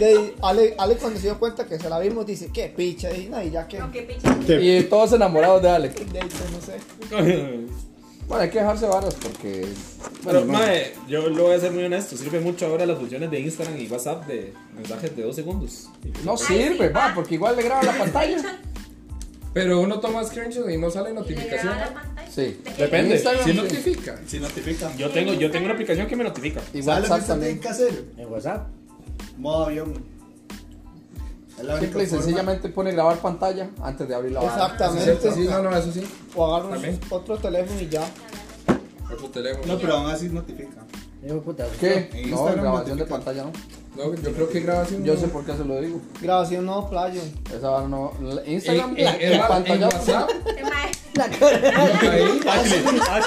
De Ale- Alex cuando se dio cuenta que se la vimos dice, qué picha, y, no, y ya que...
No, qué pinche.
Y todos enamorados de Alex.
De ahí, pues, no sé.
Bueno, hay que dejarse varas porque.
Pero,
bueno, no.
mae, yo lo voy a ser muy honesto. Sirve mucho ahora las funciones de Instagram y WhatsApp de mensajes de dos segundos.
No sirve,
sí,
va,
va.
porque igual le graba la pantalla.
Pero uno toma screenshots y no sale
Y le graba
notificación.
la pantalla.
Sí.
Depende.
Instagram,
Sí
sí.
notifica.
Si notifican.
Yo tengo, yo tengo una aplicación que me notifica.
Y
¿Sabes lo que
WhatsApp
usted
también.
tiene que hacer?
En WhatsApp.
Modo avión. Es la única
Simple y
forma. Ah,
sencillamente pone grabar pantalla antes de abrir la barra.
Exactamente.
Sí, no, no, eso sí.
O agarra un-
También.
otro teléfono y ya.
Otro teléfono.
No, pero aún así notifican.
Digo, puta.
¿Qué?
En
No,
Instagram
grabación de
notifica.
pantalla no.
No, yo creo que grabación.
Yo
no.
sé por qué se lo digo.
Grabación no, playo.
Esa barra no. la-
En,
Instagram,
en,
la-
en-
la
en
pantalla.
WhatsApp,
Qué mae.
ahí,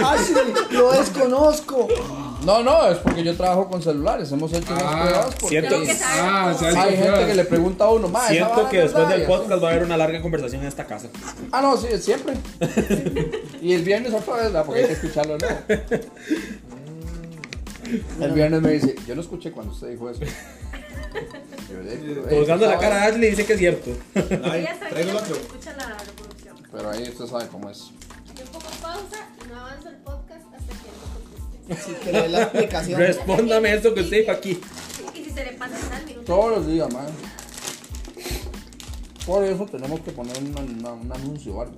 Ashley, lo desconozco.
No, no, es porque yo trabajo con celulares. Hemos hecho unas
Ah,
pruebas porque
siento-
Tengo que saber
Ah,
cómo.
o sea,
hay gente
pruebas.
que le pregunta a uno más.
Siento que después del podcast va a haber una larga conversación en esta casa.
Ah, no, sí, siempre. y el viernes otra vez, ¿verdad? porque hay que escucharlo, ¿no? El viernes me dice, yo lo escuché cuando usted dijo eso. Yo le digo, "Ey,
Colgando la
usted
cara a
sabe".
Ashley dice que es cierto.
Ay,
Ya sabía
traigo el
que
otro.
escucha la reproducción.
Pero ahí usted sabe cómo es.
Yo pongo pausa y no avanzo el podcast hasta que no conteste.
Así que le dé la explicación.
Respóndame eso que usted dijo aquí.
Y si se le pasa está al minuto.
Todos los días, man. Por eso tenemos que poner una- una- un anuncio o algo.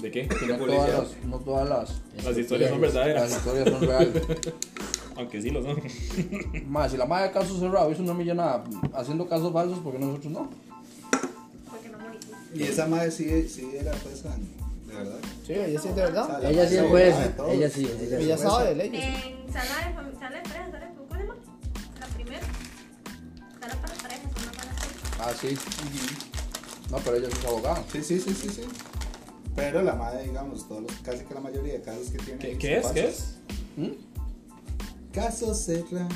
¿De qué?
Que No todas las, no todas las,
Las historias son
las
verdaderas.
historias son reales.
Aunque sí lo son.
Más, si la madre de caso cerrado hizo una millonada haciendo casos falsos, porque nosotros no?
Porque no monetiza.
Y esa madre sí, sí era presa, de verdad.
Sí, ella sí es de verdad.
Ella sí es jueza. Ella sí. ella sí.
Ella sabe de leyes.
En sala Eh, de familia, sala de parejas, sala de ¿cuál es más? La primera. Sala para parejas, una para parejas.
Ah, sí. No, pero ella sí es abogada.
Sí, sí, sí, sí, sí. Pero la madre, digamos, todos los, casi que la mayoría de casos que tiene.
¿Qué,
ahí
qué
son
es? ¿Qué
falsos.
es?
Caso cerrado.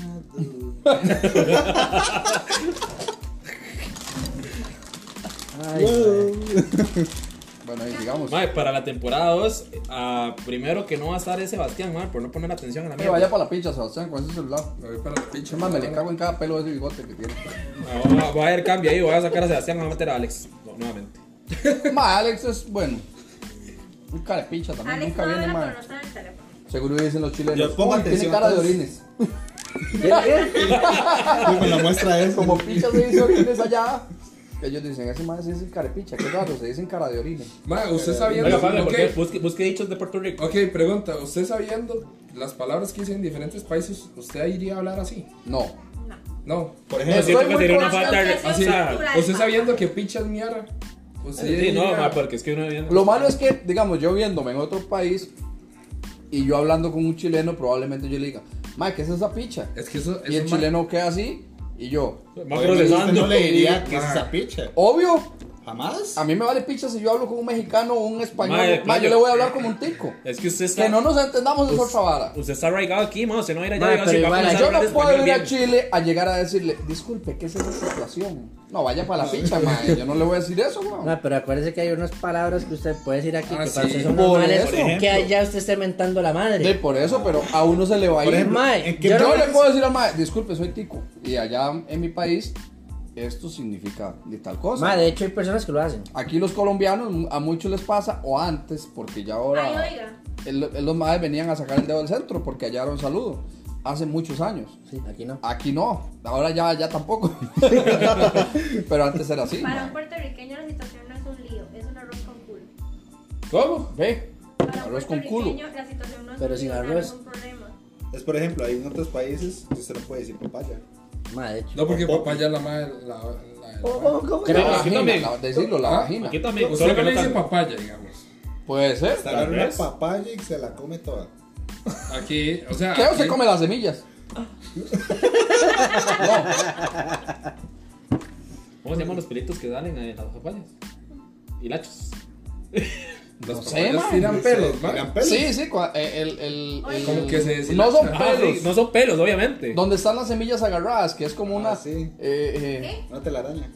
Bueno, y digamos.
Mae, para la temporada 2, ah, primero que no va a estar es Sebastián, mae, por no poner atención a la
Que vaya
mierda.
para la pincha, Sebastián, con ese celular.
Me voy para la pinche
Chema, me le cago en cada pelo de ese bigote que tiene.
Ah, va- Va a haber cambio ahí, voy a sacar a Sebastián, voy a meter a Alex no, nuevamente.
Ma, Alex es bueno. Un carepicha también,
Alex no
nunca viene
habla
mal.
cuando no está en el teléfono.
Seguro dicen los chilenos.
Yo pongo
"Uy, tiene
atención,
cara de
entonces".
orines.
Como la muestra es
Como pichas se dice orines allá. Ellos dicen, ese más se dicen carepicha, qué raro, se dicen cara de orines.
Ma, usted
Oiga,
sabiendo.
padre, ¿por
ok,
qué? Busque, busque dichos de Puerto Rico.
ok, pregunta. Usted sabiendo las palabras que dicen en diferentes países, ¿usted iría a hablar así?
No.
No. pues
Por ejemplo,
Estoy
siento que
muy
sería una falta de.
consciente
O
de su
sea,
cultura.
¿Usted sabiendo que pichas mierda? Usted
sí, no,
iría-
ma, porque es que uno viene.
Lo malo es que, digamos, yo viéndome en otro país y yo hablando con un chileno, probablemente yo le diga, Mike, ¿qué es esa picha?
Es que eso.
Y el
eso, ma,
chileno queda así y yo,
Va procesando.
no le diría que es esa picha.
obvio,
Jamás.
a mí me vale picha si yo hablo con un mexicano o un español.
Mae,
Ma,
claro.
yo le voy a hablar como un tico.
Es que usted está.
Que no nos entendamos es
Us-
otra vara.
Usted está arraigado aquí, ma. Usted no va a ir allá
Ma,
digamos,
pero
y va a
igual,
comenzar a
Yo no
hablar
puedo
español
ir a
bien.
Chile a llegar a decirle, disculpe, ¿qué es esa situación? No, vaya para la picha, mae. Yo no le voy a decir eso, weón.
No, pero acuérdese que hay unas palabras que usted puede decir aquí
Ah,
que
sí,
para usted son
por
normales,
eso.
que allá usted esté mentando la madre.
De por eso, pero a uno se le va a ir.
Mae,
¿en qué
yo
Yo
no-
le puedo decir al mae, disculpe, soy tico. Y allá en mi país, esto significa de tal cosa.
Mae, de hecho hay personas que lo hacen.
Aquí los colombianos, a muchos les pasa, o antes, porque ya ahora.
Ay, oiga.
el- el- los madres venían a sacar el dedo del centro porque allá era un saludo. Hace muchos años.
Sí, aquí no.
Aquí no, ahora ya, ya tampoco. pero antes era así.
Para
mae.
un puertorriqueño la situación no es un lío, es un arroz con culo.
¿Cómo? Ve.
Para
Arroz
un
con culo.
puertorriqueño la situación no es
Pero
un
sin
lío, o sea, no
arroz.
es un problema.
Es por ejemplo, hay en otros países que usted no puede decir papaya.
Mae, de hecho.
No, porque papá ya la madre. La, la, la-
La
aquí
vagina,
también.
la- decirlo, la
Ah,
vagina.
Aquí también.
Usted
Solo que
no
no
le dice
tanto.
papaya, digamos.
Puede ser.
Usted agarra una
vez.
papaya y se la come toda.
Aquí, o sea.
¿Qué o
aquí-
se come las semillas?
¿Cómo se llaman los pelitos que salen a las papayas? Hilachos.
Las
No sé,
papayas
man.
tiran pelos, man.
Tiran pelos.
Sí, sí, cua- eh, el, el, el-
Como que se
No
deshilacha.
son
Ah,
pelos.
sí, no son pelos, obviamente.
Donde están las semillas agarradas, que es como una.
Ah, sí.
eh, eh,
Una telaraña.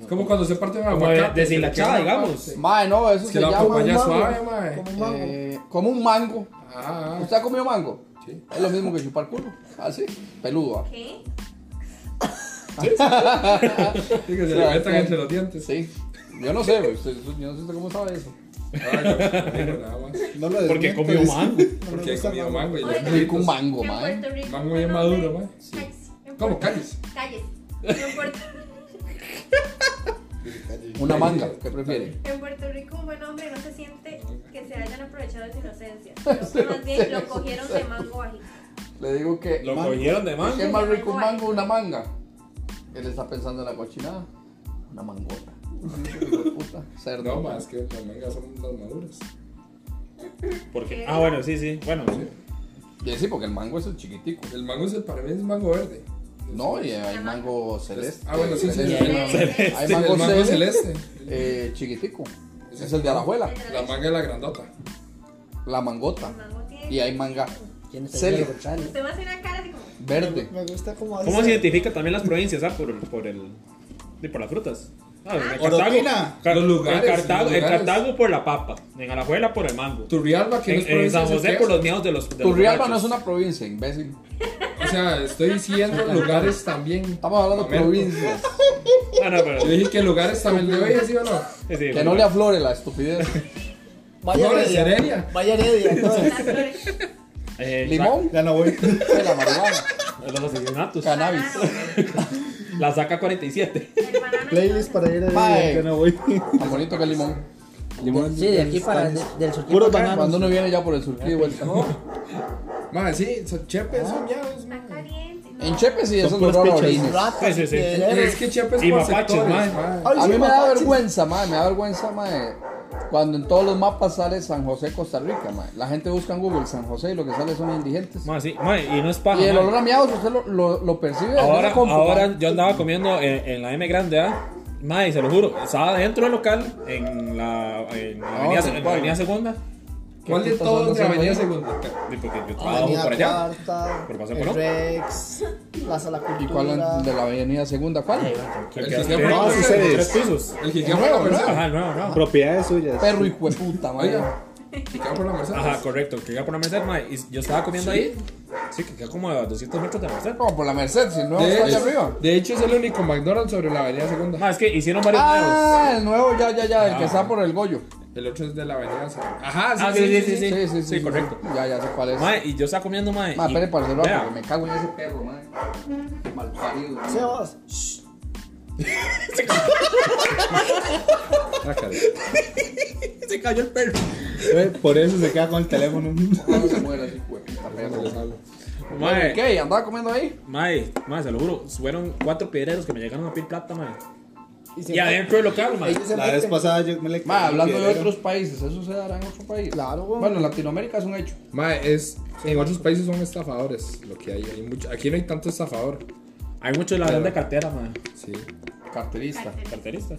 Es como cuando se parte una
Como
aguacate.
deshilachada,
que queda una
digamos.
parte.
mae, no, eso
Es
se
que la
llama.
papaya
un
suave,
mango,
mae.
Como un mango.
Eh, como un mango.
Ah,
¿Usted ha comido mango?
Sí.
Es lo mismo que chupar culo. Así, peludo. ah.
¿Qué?
sí, que se
O sea,
le metan
sí.
entre los dientes.
Sí. Yo no sé, güey, usted- yo no sé cómo sabe eso.
Ah, yo no digo nada más.
No lo
Porque
desmientes.
comió mango.
No
Porque
me
he
gusta
comido
el
mango y los
Oiga.
Rico
pelitos.
Pues, un mango,
en
mae.
Puerto Rico.
Mango bien
no
maduro,
me-
mae.
Cállese. En
¿Cómo?
Puerto-
Cállese.
Cállese. En Puerto,
Una manga, ¿qué prefiere?
en Puerto Rico un buen hombre no se siente que se hayan aprovechado de su inocencia. sino que más bien lo cogieron de mango bajito.
Le digo que.
Lo
mango.
cogieron de
¿Qué
mango.
es más rico un mango o una manga? Él está pensando en la cochinada. Una mangota. Hijo de puta, Cerdo.
No, más que las mangas son las maduras.
Porque, ah, bueno, sí, sí. Bueno, sí.
Y sí, porque el mango es el chiquitico.
El mango es el, para mí es mango verde.
No, y hay mango celeste.
Ah, bueno, sí, sí.
celeste.
sí.
Eh,
Hay
Sí,
mango,
el mango
celeste.
celeste.
Eh, chiquitico. Ese es el de Alajuela.
La manga es la grandota.
La
El
mangota.
mango tiene.
Y hay manga
¿Quién es
Cele.
el González?
Usted va a hacer una cara así como.
verde.
Me gusta como
¿Cómo
eh,
se identifica también las provincias? Ah, por, por el. de- por las frutas. Ah, en
Orotina.
Car-
Los lugares,
en Cartago,
los
en
lugares.
Cartago por la papa. En Alajuela por el mango.
Turrialba, que
En,
no es
en
provincia
Eh, San
de
José
Texas.
por los miedos de los. de los
Turrialba no
borrachos.
es una provincia, imbécil.
O sea, estoy diciendo lugares también.
Estamos hablando de
Momento.
provincias.
Ah, no, pero.
Yo dije que lugares también. ¿Le voy a decir o no?
sí, sí,
Que no le aflore la estupidez.
Vaya
Flores,
Heredia.
Heredia.
Vaya Heredia. entonces.
Las flores.
eh,
Limón,
Ya no voy.
la marihuana,
Los asesinatos.
cannabis.
Ah, pues, La saca 47.
El banano.
Playlist para ir a
Mae.
Heredia. Ya no voy.
Tan bonito que el limón.
Limón.
Sí, de aquí para de- del sur.
Puros
Cuando
bananos.
uno viene ya por el surquí de vuelta.
Madre, sí, son Chepe,
Ah.
son miados.
Está caliente. No.
En Chepe sí, eso es lo
puras
raro.
pichas.
orines.
Sí,
Ratas,
sí, sí.
de-
Es que Chepe es
Y
por
mapaches,
sectores,
madre.
madre.
Ay,
A
sí,
mí me da
papá,
vergüenza, mae, me da vergüenza, mae. Cuando en todos los mapas sale San José, Costa Rica, mae. La gente busca en Google San José y lo que sale son indigentes.
Mae, sí, mae, y no es paja.
Y el
mae.
olor a miados, usted lo, lo, lo percibe. desde
Ahora,
la compu, mae.
ahora yo andaba comiendo en, en la M Grande A. Mae, se lo juro, estaba dentro del local, en la, en la,
No,
avenida,
tal
en la
cual.
avenida Segunda.
¿Cuál de
putas
todos
andas
de Avenida
haciendo
Segunda?
Sí, Porque yo trabajo
Avenida
por allá.
Cuarta,
Pero pasa
el
por otro.
Rex, Plaza La Cultura.
¿Y cuál es de la avenida segunda? ¿Cuál?
El
El
que
que
hace
siempre-
tres-
no, ustedes.
tres pisos.
El que queda por la Merced.
Ajá, no, no.
Propiedades suyas.
Perro y puta, mae.
Oiga, que queda por la Merced.
Ajá, correcto. Que iba por la Merced, mae. Y yo estaba comiendo ahí. Sí, que queda como a 200 metros de la Merced.
Como por la Merced, si el nuevo
De,
está allá arriba.
de hecho, es el único McDonald's sobre la Avenida Segunda.
Mae, es que hicieron varios nuevos.
Ah, el nuevo, ya, ya, ya, el que está por el Goyo.
El otro es de la venganza. Ajá, sí,
Ah,
sí, sí,
sí, sí,
Sí, sí, sí, sí.
correcto.
Ya, ya sé cuál es.
Mae, y yo estaba comiendo, mae.
Ma,
y-
espere para hacerlo
vea,
porque me cago en ese perro, ma. Malparido. ma.
Sebas.
Ah,
Sácale.
Se cayó el perro. Eh, Por eso se queda con el teléfono.
No se muera ese güey, puta perro.
Mae,
¿Qué? ¿Andaba comiendo ahí?
mae, mae, se lo juro. Fueron cuatro piedreros que me llegaron a pedir plata, mae.
se
Y adentro del local, mae.
Ellos se
La vez
meten.
pasada yo me le
Ma, hablando de
piedrero.
otros países, ¿eso se dará en otro país?
Claro, güey.
Bueno, en Latinoamérica es un hecho.
Mae, es. En otros países son estafadores. Lo que hay. hay mucho- aquí no hay tanto estafador.
Hay mucho de ladrón de cartera, mae.
Sí.
Carterista.
Carterista.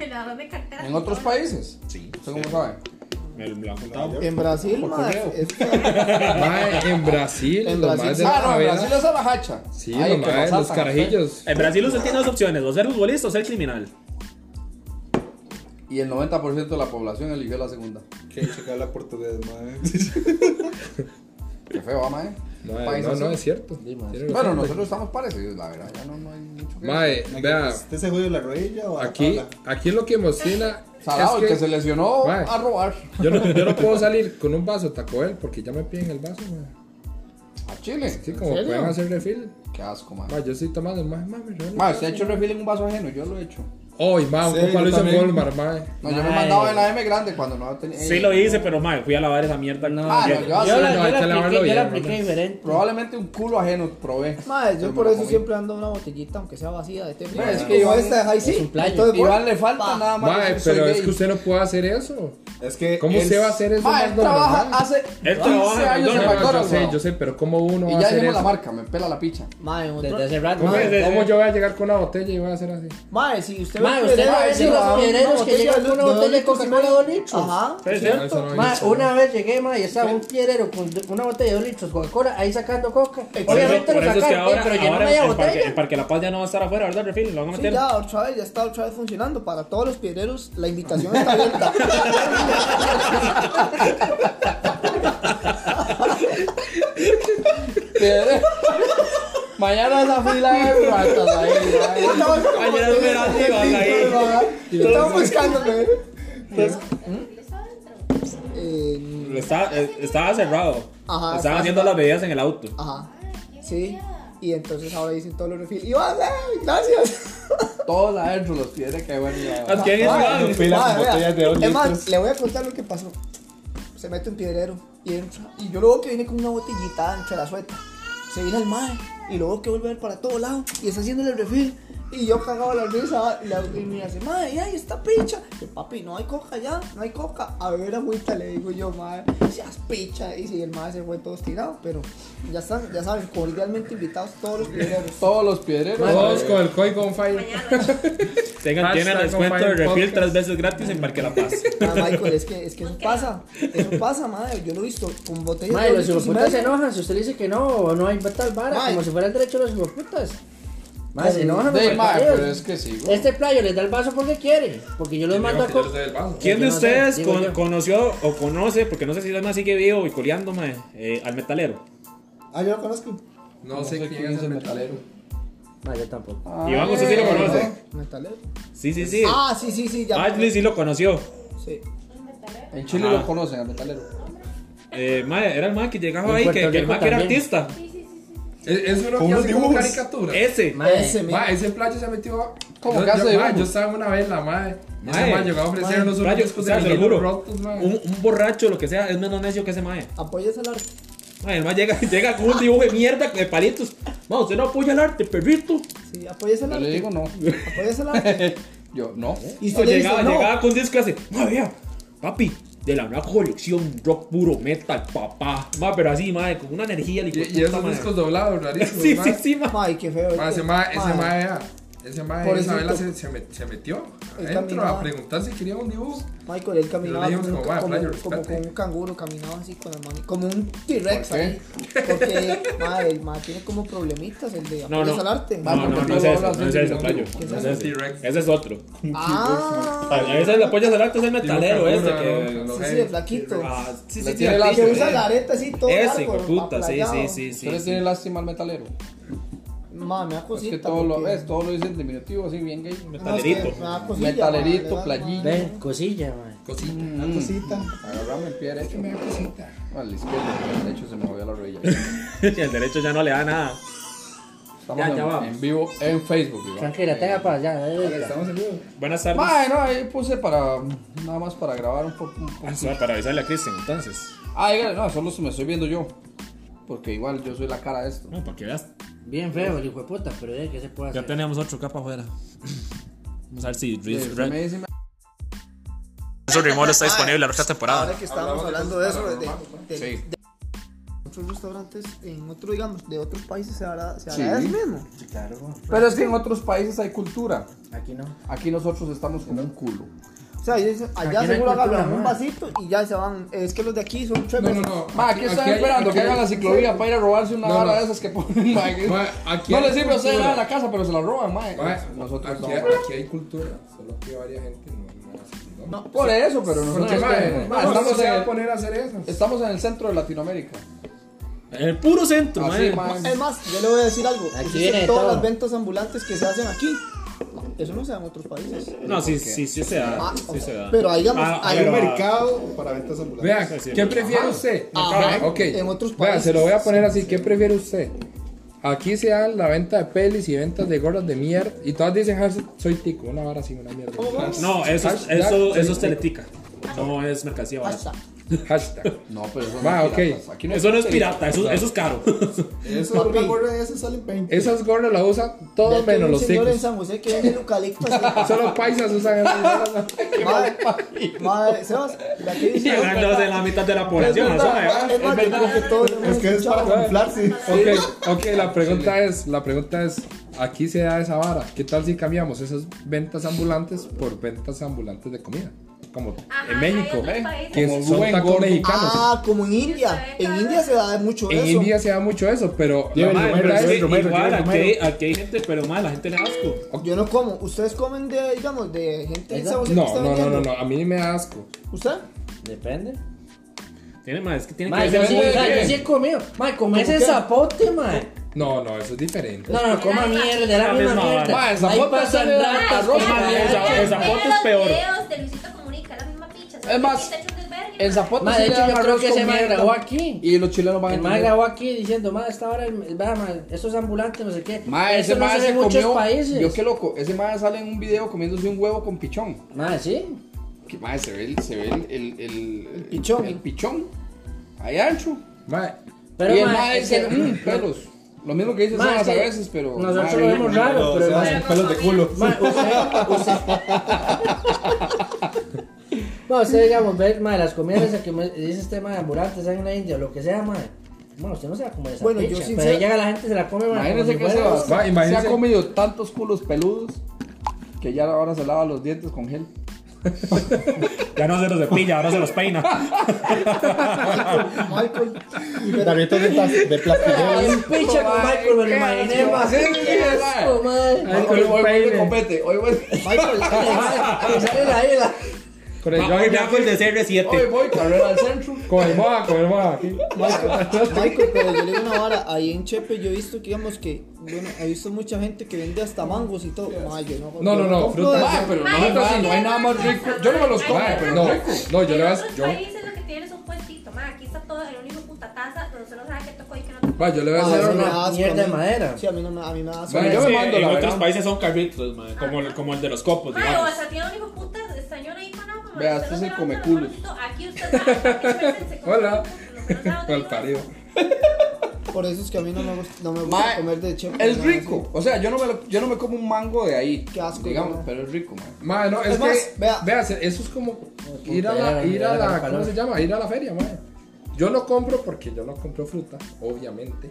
El ladrón de cartera.
¿En otros países?
Sí.
¿Usted cómo sabe?
Me lo me lo han contado.
En Brasil,
Por
ma,
correo.
es-
Mae, en Brasil.
En
los
Brasil
maes de
Ah,
la
no, en
favela-
Brasil es a la hacha.
Sí,
Ay,
los
que
maes,
nos
los
atan a
carajillos.
Eh,
En Brasil usted tiene dos opciones, o ser futbolista o ser criminal.
usted. Y el 90% de la población eligió la segunda.
Que checar la portugués, madre.
Qué feo, ama, eh.
Mae,
País
no,
así.
no, es cierto. Tiene razón.
Bueno, nosotros estamos parecidos, la verdad. Ya no, no hay mucho que
Mae, vea.
¿Usted se jodió la rodilla o la
Aquí,
tabla?
aquí lo que emociona.
Salado,
es
el que se lesionó
Mae.
a robar.
Yo no, yo no puedo salir con un vaso de Taco Bell porque ya me piden el vaso, mae.
A Chile.
Sí, como
serio?
pueden hacer refill.
Qué asco, man.
Mae, yo estoy tomando, mae, mae, me regalan.
Ma, usted ha hecho refil en un vaso ajeno, yo lo he hecho.
Hoy, mae, un
Sí,
compa
yo
lo hizo en
también.
Walmart, mae.
No, yo me
Ay.
mandaba en
eh.
la M grande cuando no tenía.
Sí lo hice, pero mae, fui a lavar esa mierda.
No.
Ah, no,
ayer.
yo así.
Yo la,
no,
yo
hay
la
que lavarlo
apliqué, yo la
bien,
apliqué
hermano.
diferente.
Probablemente un culo ajeno probé.
ma, yo
Pero me
por
lo
eso
comí.
siempre ando una botellita, aunque sea vacía de té.
Ma, es
Como
que Iván-
esta, ahí
es
sí.
un playo.
Entonces,
Iván
bueno,
le falta
pa.
nada más.
Mae,
decir, soy
pero es
gay.
que usted no puede hacer eso.
Es que.
¿Cómo
él-
usted va a hacer eso?
Ma, él
Marlon,
trabaja
mae?
hace
Él
15
trabaja en
años en
No, no, yo
McDonald's.
sé,
ma.
yo sé, pero ¿cómo uno
Y
va a
ya
hacer
dijimos la
eso?
marca, me pela la picha.
Ma, en otro-
Desde hace rato.
¿Cómo,
Ma,
sí, sí.
cómo yo voy a llegar con una botella y voy a hacer así?
Ma, si usted
Ma, usted
piedrero,
va a ver
ese
los
va a una
piedreros que
botella
llegan
de
con una
dos
botella de
litros y
Coca-Cola
medio.
de dos litros.
Ajá.
Sí, sí.
No, eso no
Ma,
es-
una vez llegué, ma, y estaba un piedrero con do- una botella de dos litros Coca-Cola ahí sacando coca. Obviamente
por
lo
eso es que
sacaron, eh,
ahora,
pero ya no
ahora
media
el, parque,
botella.
el Parque La Paz ya no va a estar afuera, ¿verdad, Refil? Lo van a
Sí,
meter.
ya, otra vez, ya está otra vez funcionando. Para todos los piedreros, la invitación está abierta.
Piedrero. Mañana esa fila de ratas ahí. ahí.
Estamos como
Ayer
de-
era
de-
activa,
de-
la
de-
hija.
¿verdad? Estamos buscando, güey.
Lo
Eh,
Está, eh, estaba cerrado.
Ajá,
Estaban
estaba
haciendo las
cerrado.
bebidas en el auto.
Ajá. Sí. Y entonces ahora dicen todos los refil. Iván, eh, gracias.
Todos adentro los piedreros que bueno. ya.
Ah, ¿Quién es
Ah,
Iván?
Fui las
Ah, vea.
botellas de dos
Es más,
litros.
le voy a contar lo que pasó. Se mete un piedrero y entra. Y yo luego que viene con una botellita entre la sueta. Se viene el mae y luego que vuelve a ver para todo lado y está haciéndole el refil. Y yo cagaba la risa y, la, y me hace, mae, ya, ahí está picha. Y yo, papi, no hay coca ya, no hay coca. A ver, agüita, le digo yo, mae, seas picha. Y si el mae se fue todo estirado, pero ya están, ya saben, cordialmente invitados todos los piedreros.
Todos los piedreros.
Todos con el código on fire.
Mañana.
Tengan, tienen
Hashtag
descuento de
Combine
refil
Podcast.
tres veces gratis en Parque La Paz.
Ah, Michael, es que, es que eso pasa, eso pasa, madre. Yo lo he visto con botellas
Ma, y los
de dos litros y
hijueputas se
medio.
enojan si usted le dice que no, no hay tal vara,
Ma,
como
y-
si fueran derecho los hijueputas. Ma, se enojan
De
los
ma,
partidos.
pero es que sí, güey.
Este playo les da el vaso porque quiere, porque yo los mando a coca.
¿Quién de
Yo no sé,
ustedes
digo
con-
yo.
conoció o conoce, porque no sé si además sigue vivo y coleando, mae, eh, al metalero?
Ah, yo lo conozco.
No sé quién es el metalero.
Ma, yo tampoco.
Iván, ¿usted sí lo conoce?
Metalero.
Sí, sí, sí.
eh, Ah, sí, sí, sí, ya.
Ashley sí lo conoció.
Sí.
En Chile
Ajá.
lo conocen al metalero.
Eh, mae, era el mae que llegaba
En
ahí,
Puerto
que, que el
Rico
mae que era
también.
artista.
Es, es uno
Con
que
unos
hace como
dibujos.
caricaturas.
Ese.
Ma,
Ese,
Ma,
mira.
ese playo se ha metido.
¿Cómo
yo,
que hace
yo, ma,
dibujos?
yo estaba una vez en la madre. Esa
Mae,
ma llegó a ofrecer unos
Playo,
discos
o sea,
de
se lo
vinilo
juro,
rotos, ma.
un, un borracho, lo que sea, es menos necio que ese mae.
Apoyas al arte.
Mae, el mae llega, llega con un dibujo de mierda de palitos. Mae, usted no apoya el arte, perrito.
Sí, apoyas al
Yo
arte.
le digo no.
Apoyas al arte.
Yo, no.
No,
Y usted le dice,
llegaba,
no.
llegaba con disco y hace, "Ma, vea, papi, de la nueva colección, rock puro, metal, papá. Ma, pero así, madre, con una energía
Y,
licuada.
y esos discos doblados, rarísimos.
Sí,
ma.
sí, sí, ma.
Ay, qué feo. este
Ma,
es
ese
que-
ma, ese
Ay,
ma, vea, ese ma,
Pobrecito.
Isabela se, se, met- se metió
Él
adentro
caminaba.
a preguntar si quería un dibujo.
Michael, él caminaba
Pero le dijimos
como,
como, "Ma,
como-
playo,
como
respete".
con un canguro, caminaba así con la mano, como un T-Rex
¿Por qué?
ahí. Porque, madre, el ma tiene como problemitas el de
No,
apoyas
no.
al arte.
No, no, no,
porque
no es
todo
ese,
habla
no es
así,
ese,
¿no?
playo.
Ese
No
es
es
un
ese.
T-Rex.
Ese es otro.
Ah,
A veces le apoyas al arte, es el metalero
Tiene
este
una
que.
cangura, ¿no?
sí, sí, de flaquito.
Ah, sí,
Le
sí, sí,
tiene
la
la-
Que
pinche,
usa
eh.
la areta así todo
Ese,
largo,
hijo de puta, sí,
aplayado.
sí, sí,
¿Ustedes
sí.
tienen lástima al metalero?
Ma, ma, me da
Es
cosita.
que todo lo,
porque-
ves, todo lo dicen diminutivo, así bien gay.
No, es que
Metalerito.
me da cosilla, ma,
Metalerito,
de verdad,
playilla.
ma.
Ven, cosilla, man.
Cosita.
Mm,
Una cosita.
Agarrame el pie derecho.
Me da cosita.
Al izquierdo, de hecho se me movió la rodilla.
Y el derecho ya no le da nada.
Estamos
Ya, ya
en,
vamos.
en vivo en Facebook, Iván.
Tranquila, tenga paz, ya. dale,
Vale,
dale.
Estamos en vivo.
Buenas tardes.
Mae, no, ahí puse para. Nada más para grabar un poco. Un poco.
Ah, suave, para avisarle a Kristen, entonces.
Ah, dígale, no, solo me estoy viendo yo. Porque igual yo soy la cara de esto.
No, para que veas.
Bien feo el hijo de puta, pero ya que se puede
Ya
hacer.
tenemos otro capa afuera. Vamos a ver si
Sí,
Reese
usted me dice,
Su Remol está disponible la otra temporada.
Ahora que estábamos hablando de eso, de, de-
Sí.
de otros restaurantes en otros, digamos, de otros países se hará, se hará
Sí.
eso mismo.
Claro,
Pero es que en otros países hay cultura.
aquí no.
Aquí nosotros estamos como un culo.
O sea, ellos- allá
Aquí no hay
seguro
cultura,
agarran un
ma.
vasito y ya se van. Es que los de aquí son
No,
chuecos.
no, no.
Ma, aquí están esperando que hagan la ciclovía para ir a robarse una
No,
vara
no.
de esas que ponen, ma, que-
Ma, aquí
no
hay
les sirve a ustedes
cultura.
nada en la casa, pero se la roban, ma.
Ma,
Nosotros
aquí,
no, ma.
aquí hay cultura, solo que varia gente no, no hace, ¿no?
Por eso, pero nosotros
Porque,
es que-
madre,
ma, estamos,
se
en
va a
el,
poner a hacer eso.
estamos en el centro de Latinoamérica.
En el puro centro, ¿eh?
Así,
mae.
ma.
Es más, yo le voy a decir algo.
Aquí
Existen
viene de
todas
todo.
las ventas ambulantes que se hacen aquí. Eso no se da en otros países.
No, sí, sí, sí se da.
Ah,
Sí se da.
Pero ahí, digamos,
Ah,
hay
pero,
un
ah,
Mercado para ventas ambulantes.
Vea,
Sí, sí,
¿qué
pero-
prefiere usted?
Ajá, Ah,
Ok,
en otros
Vea,
países.
se lo voy a poner así, ¿qué prefiere usted? Aquí se da la venta de pelis y ventas de gorras de mierda y todas dicen, "Ah, soy tico, una vara así, una mierda.
No, eso, es-
Hashtag
eso,
soy
eso es
tico.
teletica. No es mercancía barata.
Hashtag.
Hashtag.
No, pero eso
Ma,
no es
ok.
piratas. Aquí no hay
Eso no es
piratas.
pirata, eso, eso es caro.
Eso, una gorra de esas salen 20.
Esas gorras las usan todos
Aquí hay
menos
un
los
señor en
ticos.
San José que vende eucalipto así.
Solo paisas usan esas gorras.
madre, madre, Sebas, de aquí dice. Es
Ganando de la mitad de la población. eso, mae.
verdad, es más, yo creo que todos hemos
Es que es para
escuchado.
camuflarse.
Ok, ok, la pregunta es, la pregunta es, aquí se da esa vara. ¿Qué tal si cambiamos esas ventas ambulantes por ventas ambulantes de comida? Como
Ajá,
en
hay
México,
otros países.
que
Como
son
buen
tacos
gordo.
mexicanos.
Ah, como en India. En India se da mucho
en
eso.
India se da mucho eso, pero la
Lleven
madre,
romero,
¿verdad?
lleven
Es-
romero,
igual
Igual,
lleven
aquí-
aquí hay, aquí hay gente, pero mae, la gente le da asco.
Yo no como. ¿Ustedes comen de, digamos, de gente en San José que
No,
está
no, no, no,
vendiendo?
no, a mí me da asco.
¿Usted?
Depende.
Tiene, mae, es que tiene
Ma,
que
yo sí,
ver-
o sea, yo sí he comido. Ma, come ese zapote, ma.
No, no, eso es diferente.
No, no, coma mierda, era Pues la
misma
misma
vara.
mierda.
Ma,
Ahí
el zapote
pasan
sale la
ratas,
arroz,
coma
ma, y el
mierda.
zapote- el zapote es peor.
videos de Luisito Comunica, la misma picha. solo
Es
que
más,
está hecho un desvergue,
El
ma.
zapote
Ma,
sí
de
le
hecho,
dan
yo creo
arroz
que
con
se me
mierda.
grabó aquí.
Y los chilenos van a
El mae
entender.
grabó aquí diciendo, ma, esta hora, el, el- vea, ma, estos ambulantes, no sé qué.
Ma, ese
Eso no
mae
se ve
se
en muchos
comió.
países.
Yo qué loco, ese mae sale en un video comiéndose un huevo con pichón.
Ma, sí.
Que mae se ve el se ve el el, el-
pichón.
el pichón. Ahí ancho.
Madre,
Pero,
y el
ma,
mae
es
dice,
que-
"Mm, pelos." Lo mismo que dicen
Ma,
Sebas
es que
a veces, pero
nosotros
mae,
lo vemos raro, pero
sea,
ma,
hacen pelos de culo.
ma,
pues,
usted, usted, ma, usted digamos, ve, ma, las comidas esas que me dice este ma, de ambulantes, en la India, o lo que sea, ma, ma, usted no se va a comer esa
Bueno, yo
picha,
sincero-
pero ahí llega la gente, se la come, ma,
Imagínense
como
que
si
se,
fuera-
va,
Ma, imagínese-
se ha comido tantos culos peludos que ya ahora se lava los dientes con gel.
Ya no se los cepilla, ahora se los peina.
Ah.
Michael.
Tarjetas de plas- de
Ay,
plastilina.
un pinche con Michael, me lo imaginé, ma,
Sí, sí,
qué asco, madre.
Hoy, hoy, hoy voy de copete, hoy voy,
Michael.
Que sale la hela.
con el Johnny aquí,
el de
hoy
CR7.
voy carrera al centro.
con el moda, con el moda aquí.
Michael, Michael, pero yo le digo una vara, ahí en Chepe yo he visto que digamos que, bueno, he visto mucha gente que vende hasta mangos y todo. Ma, yo no,
No,
yo
no, no, Ah,
compro
fruta.
eso.
Ma, pero no,
Ay,
no,
sí,
no hay nada más
otra
rico.
cosa,
Yo no me los
ma,
como,
hay
pero
otra
no.
cosa.
No, yo
En
le vas-
otros
yo-
países lo que tienen es un puestito, ma, aquí está todo, el único puta taza, pero usted no sabe qué tocó y qué no tocó.
Va, yo le voy a
Ah,
hacer
eso me
una.
da asco,
mierda de
a mí.
madera.
Sí, a mí, no me, a mí me da asco.
Bueno, yo me mando
en
la
otros
verdad.
países son carritos, mae, como, el- como el de los copos,
Ma, o
digamos.
sea, tiene un hijo puta, señor ahí con agua, ma,
Vea,
usted
este
no
se
sabe
come
dónde
culos.
lo mandó. Aquí usted sabe, aquí usted se come
Hola.
culos, pero usted no sabe dónde
Pal
lo
parido.
Por eso es que a mí no me gusta, no me gusta
Ma,
comer de Chepe.
Es
no,
rico, o sea, yo no me, lo- yo no me como un mango de ahí.
Qué asco,
Digamos,
no.
pero es rico, man.
Madre, no, es,
Es
que.
más, vea.
vea, se- eso es como ir a
ya
la.
la-
Ir
ya
a
la
la ¿Cómo
calor.
se llama? Ir a la feria, madre. Yo no compro porque yo no compro fruta, obviamente.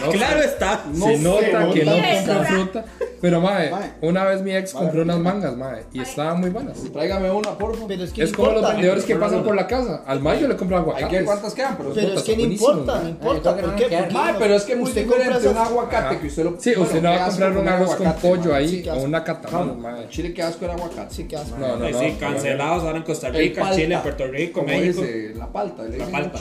No
Claro está.
No
Se
se nota
nota.
que no
Sí,
compro
¿verdad?
fruta. Pero, madre,
Mae.
una vez mi ex
Mae.
compró unas mangas, madre, y
Mae.
estaban muy buenas.
Tráigame una, por favor.
Pero es que
Es
no
como los
importa.
vendedores que pasan por la casa. Al mayo le compro
Hay que ver
aguacates.
cuántas quedan, pero.
Pero es
Puta, está
que no
buenísimo,
importa, no
ma.
importa.
Yo creo
¿Por
que
qué?
no queda.
Porque
Ma, pero es que es muy
usted compra
diferente un
esas-
aguacate
Ajá.
que usted lo
Sí,
bueno,
usted no
qué
va a
asco
comprar un
comer
arroz con
aguacate,
pollo
ma.
Sí,
ahí
qué
o
asco.
una catamán,
Ah,
madre.
Chile, qué asco el aguacate.
Sí, qué asco.
No, no,
Ay,
no.
sí, cancelados ahora en Costa
El
Rica,
palta.
Chile, Puerto Rico,
Como
México.
dice, la palta. le dicen
Falta.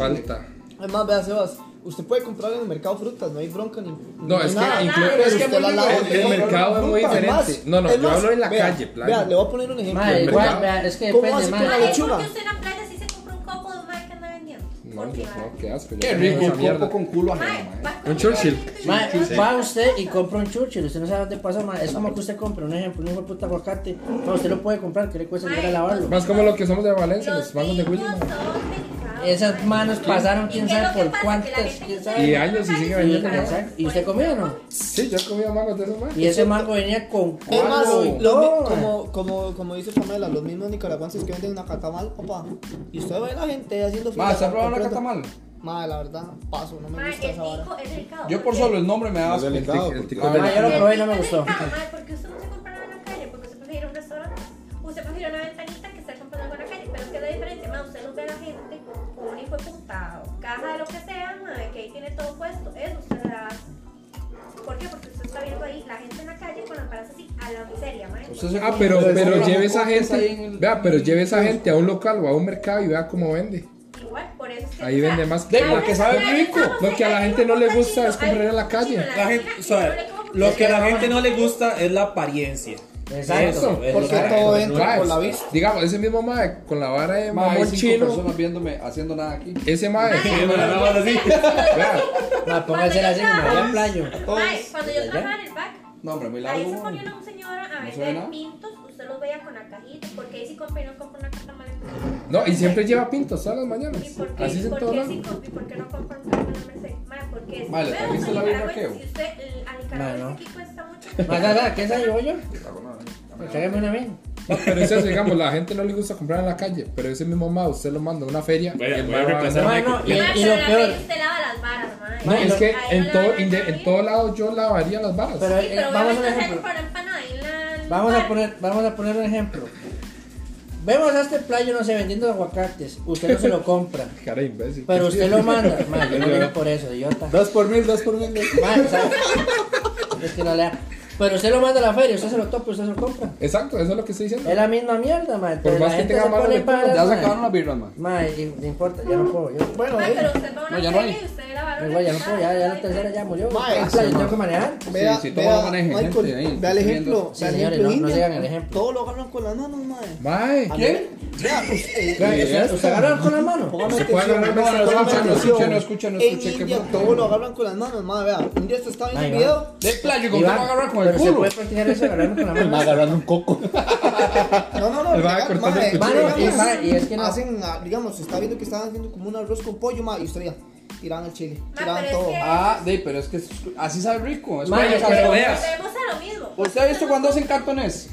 Chile.
Además, vea, Sebas, usted puede comprar en el mercado frutas, no hay bronca ni.
No, es que,
nada.
incluso-
Pero
es que
usted la
el-
lava,
el
usted compra
mercado
la
es muy
fruta,
diferente.
más.
No, no,
Es
yo
más,
hablo en la
vea,
calle, playa.
Vea, le voy a poner un ejemplo.
Mae, igual,
mercado.
vea, es que
¿Cómo
depende,
hace con
mae.
la
Ay, es
lechuga?
porque usted en la playa sí se compra un copo de un mae que anda vendiendo.
No,
Por
yo
privado.
no, qué asco. yo
Qué
no
rico
esa
un
mierda.
copo con culo
Mae,
ajeno, mae.
va con
Un Churchill.
Mae,
Sí.
va usted y compra un Churchill, usted no sabe dónde pasa, mae. Es como que usted compra un ejemplo, un hijo de puta aguacate. Mae, usted lo puede comprar, que le cuesta llegar a lavarlo.
Más como los que somos de Valencia, los
Los
bancos de
vinos
William.
son delicados.
Esas manos pasaron, quién
¿Y qué es
sabe
lo que
por
pasa? Que la
cuántas,
gente
quién
no
sabe.
sabe
Y años y
comprar
sigue
sus
vendiendo.
hijos.
Exacto. ¿Y usted comió o no?
Sí, yo he comido mangos de esos man.
Y ese mango venía con
Es más,
cuadro y
los mi-
todo, mae.
como, como, como dice Pamela, los mismos nicaragüenses que venden una catamal, opa. Y usted ve la gente haciendo
Mae, ¿se ha probado una
comprando.
catamal?
Mae, la verdad, paso, no me
Mae,
gusta
el
esa vara.
tico es delicado.
Yo por solo el nombre me da
Es
asco.
delicado.
el
porque-
tico-
La
Mae,
verdad,
Ah, yo lo probé y no
El
me
tico es
gustó.
delicado, mae, porque usted no se compra algo en la calle, porque usted prefiere ir a un restaurante. Usted prefiere una ventanita que estar comprando algo en la calle. Pero es que la diferencia, mae, usted no ve a la gente con un hijo de puta o caja de lo que sea, mae, que ahí tiene todo puesto. Eso usted le da asco. ¿Por qué? Porque usted está viendo ahí la gente en la calle con la paras así a la miseria, mae.
Usted se
Ah,
come-
pero,
se
pero
come
lleve
las
esa
mocotas ahí
gente.
en el-
Vea, pero lleve esa gente a un local o a un mercado y vea cómo vende.
Igual, por eso es que.
Ahí vende más
que
que-
porque sabe rico.
Lo que a la gente no le gusta es comprar en la calle.
La gente, o sea, lo que a la gente no le gusta es la apariencia.
Exacto.
es
Porque
lo que-
todo entra
Mae,
por la vista.
Digamos, ese mismo mae con la vara de
Mae, hay
mamón
cinco
chino.
personas viéndome haciendo nada aquí.
Ese mae.
Sí, bueno, nada más así.
Vea,
Mae, póngase así, me voy a playo.
Cuando yo trabajaba en el back,
No, hombre, muy
ahí se
largo. mae.
ponía una señora a
No se ve
vender
nada.
pintos. Usted los veía con la cajita. Porque ahí sí compré y no compré una caja mal.
No, y siempre lleva pintos todas las mañanas.
¿Y por qué,
Así es en
por
todo
qué
lado.
sí compré? ¿Por qué no compré un caja de Mercedes? Mae, ¿por qué?
Mae, ¿le
Pero
trajiste
son
la Biblia,
nicaragüenses,
qué?
y usted, eh, al nicaragüense
no.
aquí cuesta mucho.
Mae, da, da, ¿qué es yo, yo? Tráigame una a mí.
No, pero eso, digamos, la gente no le gusta comprar en la calle. Pero ese mismo mae, usted lo manda a una feria. y
Voy a-
el
voy
mae
a
va a
reemplazar
vender.
Mae, no, y,
Mae,
y
pero
lo
la
peor.
gente usted lava las varas, mae.
No, es que
Ahí no
en
le
todo,
van a
inde-
dar
en
bien.
todo lado yo lavaría las varas.
Pero,
Sí,
eh,
pero
vamos a un
obviamente
ejemplo.
se compra empanada en la- en el
Vamos a
bar.
poner, vamos a poner un ejemplo. Vemos a este playo, no sé, vendiendo aguacates. Usted no se lo compra,
Cara de imbécil.
pero usted lo manda. Mae, yo no vine por eso, idiota.
Dos por mil, dos por mil.
Mae, o sea, es que no lea. Pero usted lo manda a la feria, usted se lo topa, usted se lo compra.
Exacto, eso es lo que estoy diciendo.
Es la misma mierda, mae.
Por
Entonces, la
más que
gente
tenga
se
mano
pone
de culo,
para.
Ya se acabaron las birras, man.
Mae, y- no importa, ya no puedo. Yo,
Bueno,
Mae,
eh,
Ah, pero usted va a
No,
una
ya no
feria
hay.
y usted la va a
igual, ya no
organizar,
puedo, ya, ya la
hay-
tercera ya murió.
Mae,
Ah, playo, tengo que manejar.
Vea,
sí, todo lo
vea,
maneja gente
Michael,
ahí,
vea el
estoy
ejemplo.
viendo.
Vea el
Sí, señores,
ejemplo
no- no
indio.
sigan el ejemplo.
Todo lo agarran con las manos, mae.
Mae,
¿Quién?
Vea, pues, eh,
Vea, ¿Usted usted agarra con la mano?
Póngame
Se puede
atención,
agarrar con
póngame
las manos,
atención.
escuche, no escuche, no escuche,
En
qué
India
bruto.
todo lo agarran con las manos, madre, vea. Un día usted está viendo
Ahí
un
va.
video.
De playo, ¿con qué lo
Iván,
agarrar con el
pero se
culo?
puede practicar eso agarrando con la mano.
Agarrando un coco.
No, no, no.
Le va
vea,
cortando
madre,
el
cuchillo.
digamos,
Mano, y, madre, y es que no.
Hacen, ah, digamos, está viendo que estaban haciendo como un arroz con pollo, madre, y usted ya. Tiraban el chile, tiraban
pero es
todo.
que-
Ah, de, pero es que es- así sabe rico. Es
Mae,
como los
pero
cantones.
Volvemos a lo mismo.
¿Usted ha visto cuando hacen cartones?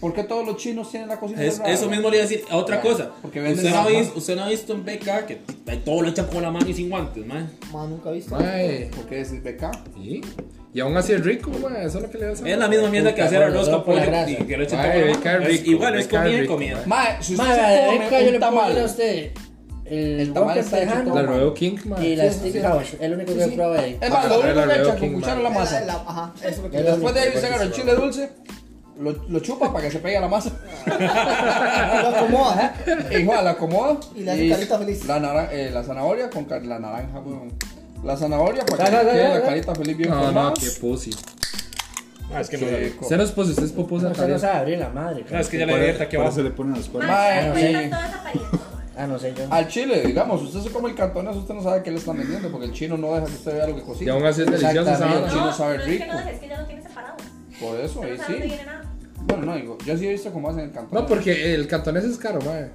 ¿Por qué todos los chinos tienen la cocina
Es-
cerrada?
eso mismo le iba a decir a otra
Bueno,
cosa.
porque venden
usted, no ha
las
visto, usted no ha visto en BK que todo lo echan con la mano y sin guantes, man.
Madre, nunca he visto.
mae.
¿Por qué es beca?
Sí. Y aún así es rico, mae. Eso es lo que le hace.
Es la misma mierda que hacer
bueno,
arroz
solo
con
por la
pollo
grasa.
y que lo echen
Ay,
todo con la
me
mano.
cae
Es
rico,
Igual
me
es
cae
comida y
rico,
comida.
Mae, si usted
Mae, vea, de
se
beca yo
come
le puedo
un
decir a
tamal.
usted el
El tamal
wok es
está hecho
tejano
todo.
La Rodeo King, mae.
y la stick house, el único que he probado ahí.
Es más, lo
Ah,
único
la
que echa
Burger
con
King,
cuchara
mae.
la
La- la-
masa.
Ajá, eso me
Y
quedó.
después de ahí se agarra el chile dulce, lo, lo chupa para que se pegue a la masa.
Lo acomoda, ¿eh?
E Igual, la acomoda.
Y le hace carita feliz.
La, nara- eh, la zanahoria con car- la naranja, weón. La zanahoria para que
Ya, ya, ya,
quede
ya,
la
ya.
carita feliz bien
No, pues no,
formada.
qué pussy.
Ah, es que no
Qué
sabe.
rico.
Usted no es pussy, usted es poposa
Usted no
también.
sabe abrir la madre.
No,
cara.
Ah, es que ya le abierta aquí
Por
abajo.
eso le ponen los cuernos.
Mae,
Mae,
cuentan
sí.
todas las apariencias, mae.
Ah, no sé yo.
Al chile, digamos, usted se come el cantones, usted no sabe qué le están vendiendo, porque el chino no deja que usted vea lo que
Y
cocina.
aún así es delicioso esa
Exactamente.
vara.
chino sabe
no es que
rico.
no dejes, es que ya lo tiene separado.
Por eso,
Usted
ahí
no sabe dónde
sí.
viene nada.
Bueno, no, digo, yo sí he visto cómo hacen el cantón.
No, porque el cantonés es caro, mae.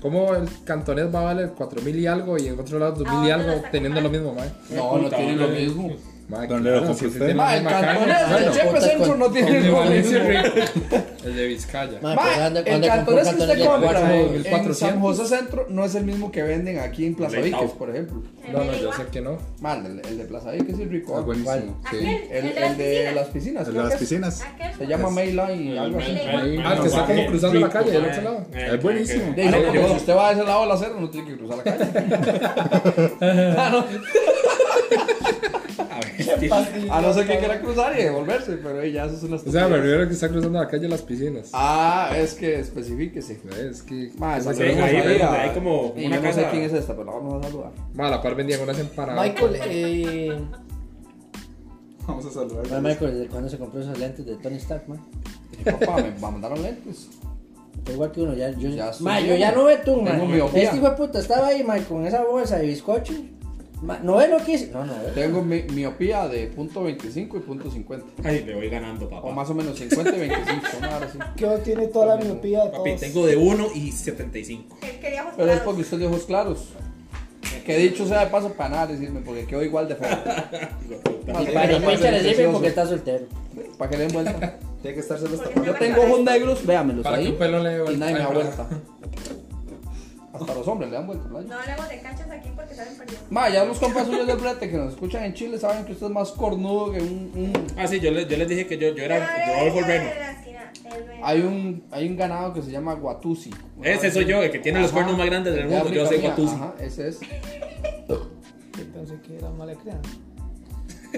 ¿Cómo el cantonés va a valer 4000 y algo y en otro lado 2000 y
Ahora lo
algo
sacan
teniendo
mal.
lo mismo, mae?
No, no tienen lo mismo.
Mae,
Don
claro,
Leo,
si
compre
usted
usted.
tiene
Ma, el
la misma
cantonés
carne,
del
bueno,
Chepe
puta,
Centro no tiene
el
lo
Valencia
mismo.
es rico. El de Vizcaya.
Mae, pues,
Ma,
¿dónde-
el
dónde compró
cantonés que
cantones
usted
de cuatro?
compra eh,
cuatro,
en
mil
en San
cuatrocientos.
José Centro no es el mismo que venden aquí en Plaza
Leitao.
Viques, por ejemplo.
No, no, yo sé que no.
Mal, el, el de Plaza Viques es rico.
Ah,
¿eh?
buenísimo.
Aquel,
Sí.
El, el de las piscinas,
El de
creo
las
que es.
piscinas.
Aquel,
Se llama Mayline y algo así.
Ah, el que está como cruzando la calle del otro lado.
Es buenísimo.
De hecho, porque si usted va a ese lado de la acera, no tiene que cruzar la calle. ah, no. A no ser que quiera cruzar y devolverse, pero ahí ya eso es una
O sea, me
estupidez.
refiero que está cruzando la calle las piscinas.
Ah, es que especifíquese.
Es que. es
Más, ahí,
que-
ahí,
ahí
ahí como una no sé quién es esta, pero la vamos a saludar.
Ma, a la par vendían unas empanadas.
Michael, eh.
Vamos a saludar.
Ma, Michael, ¿desde cuándo se compró esos lentes de Tony Stark, man?
Papá, me mandaron lentes.
Está igual que uno, ya. Yo ya,
estoy
ma, yo
bien.
ya no veo tú, man.
Tengo miopía.
Este hijo de puta estaba ahí, man, con esa bolsa de bizcocho. Ma, no ve lo que hice. No, no ve.
Tengo mi- miopía de punto .25 y punto .50.
Ay, me voy ganando, papá.
O más o menos 50 y 25, una hora así.
Que no tiene toda la miopía de
Papi,
todos.
tengo de 1 y 75.
Él quería ajustar.
Pero es porque usted de ojos claros. Que dicho sea de paso para nada decirme, porque quedo igual de feo. Más
Y para
bien, más
pinche le sirve
precioso.
porque está soltero.
Para que le den vuelta.
Tiene que estarse los
Porque
tapados.
Yo tengo ojos negros, véamelos
Para que
ahí.
un pelo le dé
Y
vuelta.
nadie me da
Ay,
vuelta. Hasta los hombres le dan vuelta, playa.
No hablemos de cachas aquí porque salen perdiendo.
Ma, ya los compas suyos del brete que nos escuchan en Chile saben que usted es más cornudo que un. un-
Ah, sí, yo, le- yo les dije que yo, yo era
Dale,
Rodolfo
dale,
Reno.
la esquina, el Reno.
hay, un hay un ganado que se llama Guatusi.
Ese soy yo, el que tiene los
Ajá.
cuernos más grandes del
De
mundo. Yo
África
soy
mía,
Guatusi.
Ajá, ese es.
Yo pensé que era mala crianza.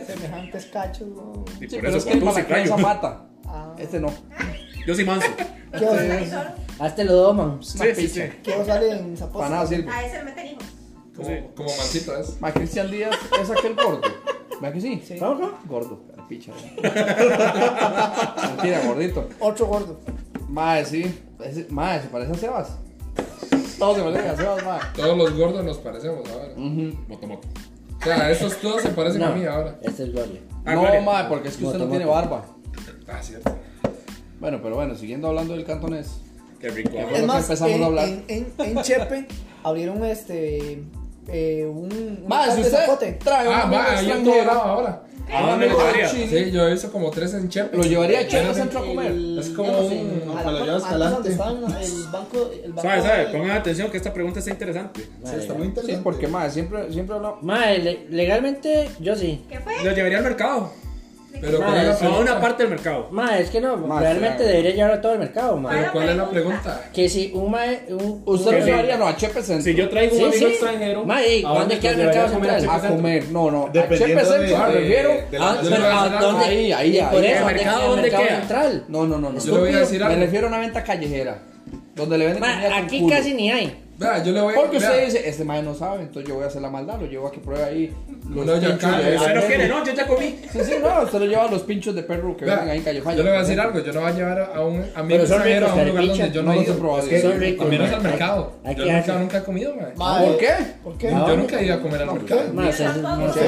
Semejantes cachos, weón.
Y
Sí,
por
pero
eso
es que para
Guatusi,
la crianza
rayo.
mata.
Ah,
Este no.
Yo soy manso.
¿Qué os,
Hazte lo doman.
Sí, sí, sí.
qué os sale en zapatos?
Para nada sirve.
A ese le meten hijos.
Como, como mancito es.
Ma, Cristian Díaz es aquel gordo. ¿Verdad que sí?
Sí.
¿No, no? Gordo. cara de Picha. Mentira, gordito.
Otro gordo.
Mae, sí. Ese- Mae, se parece a Sebas. Todos se parecen a Sebas, mae.
Todos los gordos nos parecemos ahora.
Ujú.
Motomoto.
O sea, esos todos se parecen a mí ahora.
Este es Gloria.
Ah,
No,
Gloria.
mae, porque es que usted no
Motomoto.
tiene barba.
Ah, cierto.
Bueno, pero bueno, siguiendo hablando del cantonés.
Qué rico.
Qué
ah.
bueno que
Es más,
empezamos
en,
a hablar.
en, en, en Chepe abrieron este. Eh, un. un
Mae,
local
si
de
usted
zapote.
trae un
Ah,
amigo
va, ahí en todo lado
extranjero,
ahora.
¿A dónde lo llevaría?
Sí, yo he visto como tres en Chepe.
lo llevaría a
Pero
Chile
es
Centro a comer.
Es como
Digamos,
un-
en-
como
a la-
para allá
antes
escalante.
donde estaban el banco. El banco
Sabe, sabe, pongan atención que esta pregunta está interesante.
Sí, está muy
Sí,
interesante.
porque mae, siempre, siempre hablamos.
Ma, le- legalmente, yo sí.
¿Qué fue?
Lo llevaría al mercado.
Pero
Ma,
¿cuál es la
A una
pregunta?
parte del mercado.
Ma, es que no,
Ma,
realmente
claro.
debería llevar a todo el mercado, ma.
Claro.
Pero ¿cuál es la pregunta?
Que si un mae. Un,
Usted
sí.
lo llevaría no, a Chepe Centro.
Si yo traigo un
Sí,
amigo
sí.
extranjero.
Ma, ey,
¿a
¿dónde
dónde
queda el
lo llevaría
mercado
a comer a
central?
a
Chepe Centro?
comer. No, no, a Chepe
Dependiendo de-
Centro me
de-
refiero.
de
Ah,
la-
Ah,
yo
pero
lo voy a
¿a
hacer
dónde?
ahí, ahí, ahí.
Por
¿El
eso,
mercado
en el
dónde
mercado
queda?
central.
No, no, no, no.
Yo le voy a decir
Me
algo.
refiero a una venta callejera. Donde le venden
Ma,
comida con
aquí
culo.
casi ni hay.
Vea, yo le voy a.
Porque usted
vea,
dice, este mae no sabe, entonces yo voy a hacer la maldad, lo llevo a que pruebe ahí. los
No, ya
pinchos
acá,
de-
Usted no quiere, no, yo ya comí.
Sí, sí, no, usted lo lleva a los pinchos de perro que
vea,
venden ahí en Calle Falla.
Yo le voy a decir algo. Yo no voy a llevar a un amigo
Pero son
extranjero
ricos,
a un lugar
carpicha.
donde yo
No
no he
los he
ido.
probado,
Es que
son ricos,
A menos
ma.
al mercado.
Hay que
Yo nunca,
hacer-
nunca he comido, man.
Mae,
¿Por qué?
¿Por qué?
Ah,
Yo nunca he ido a comer al mercado.
Ma, usted- ma,
Si hay
usted-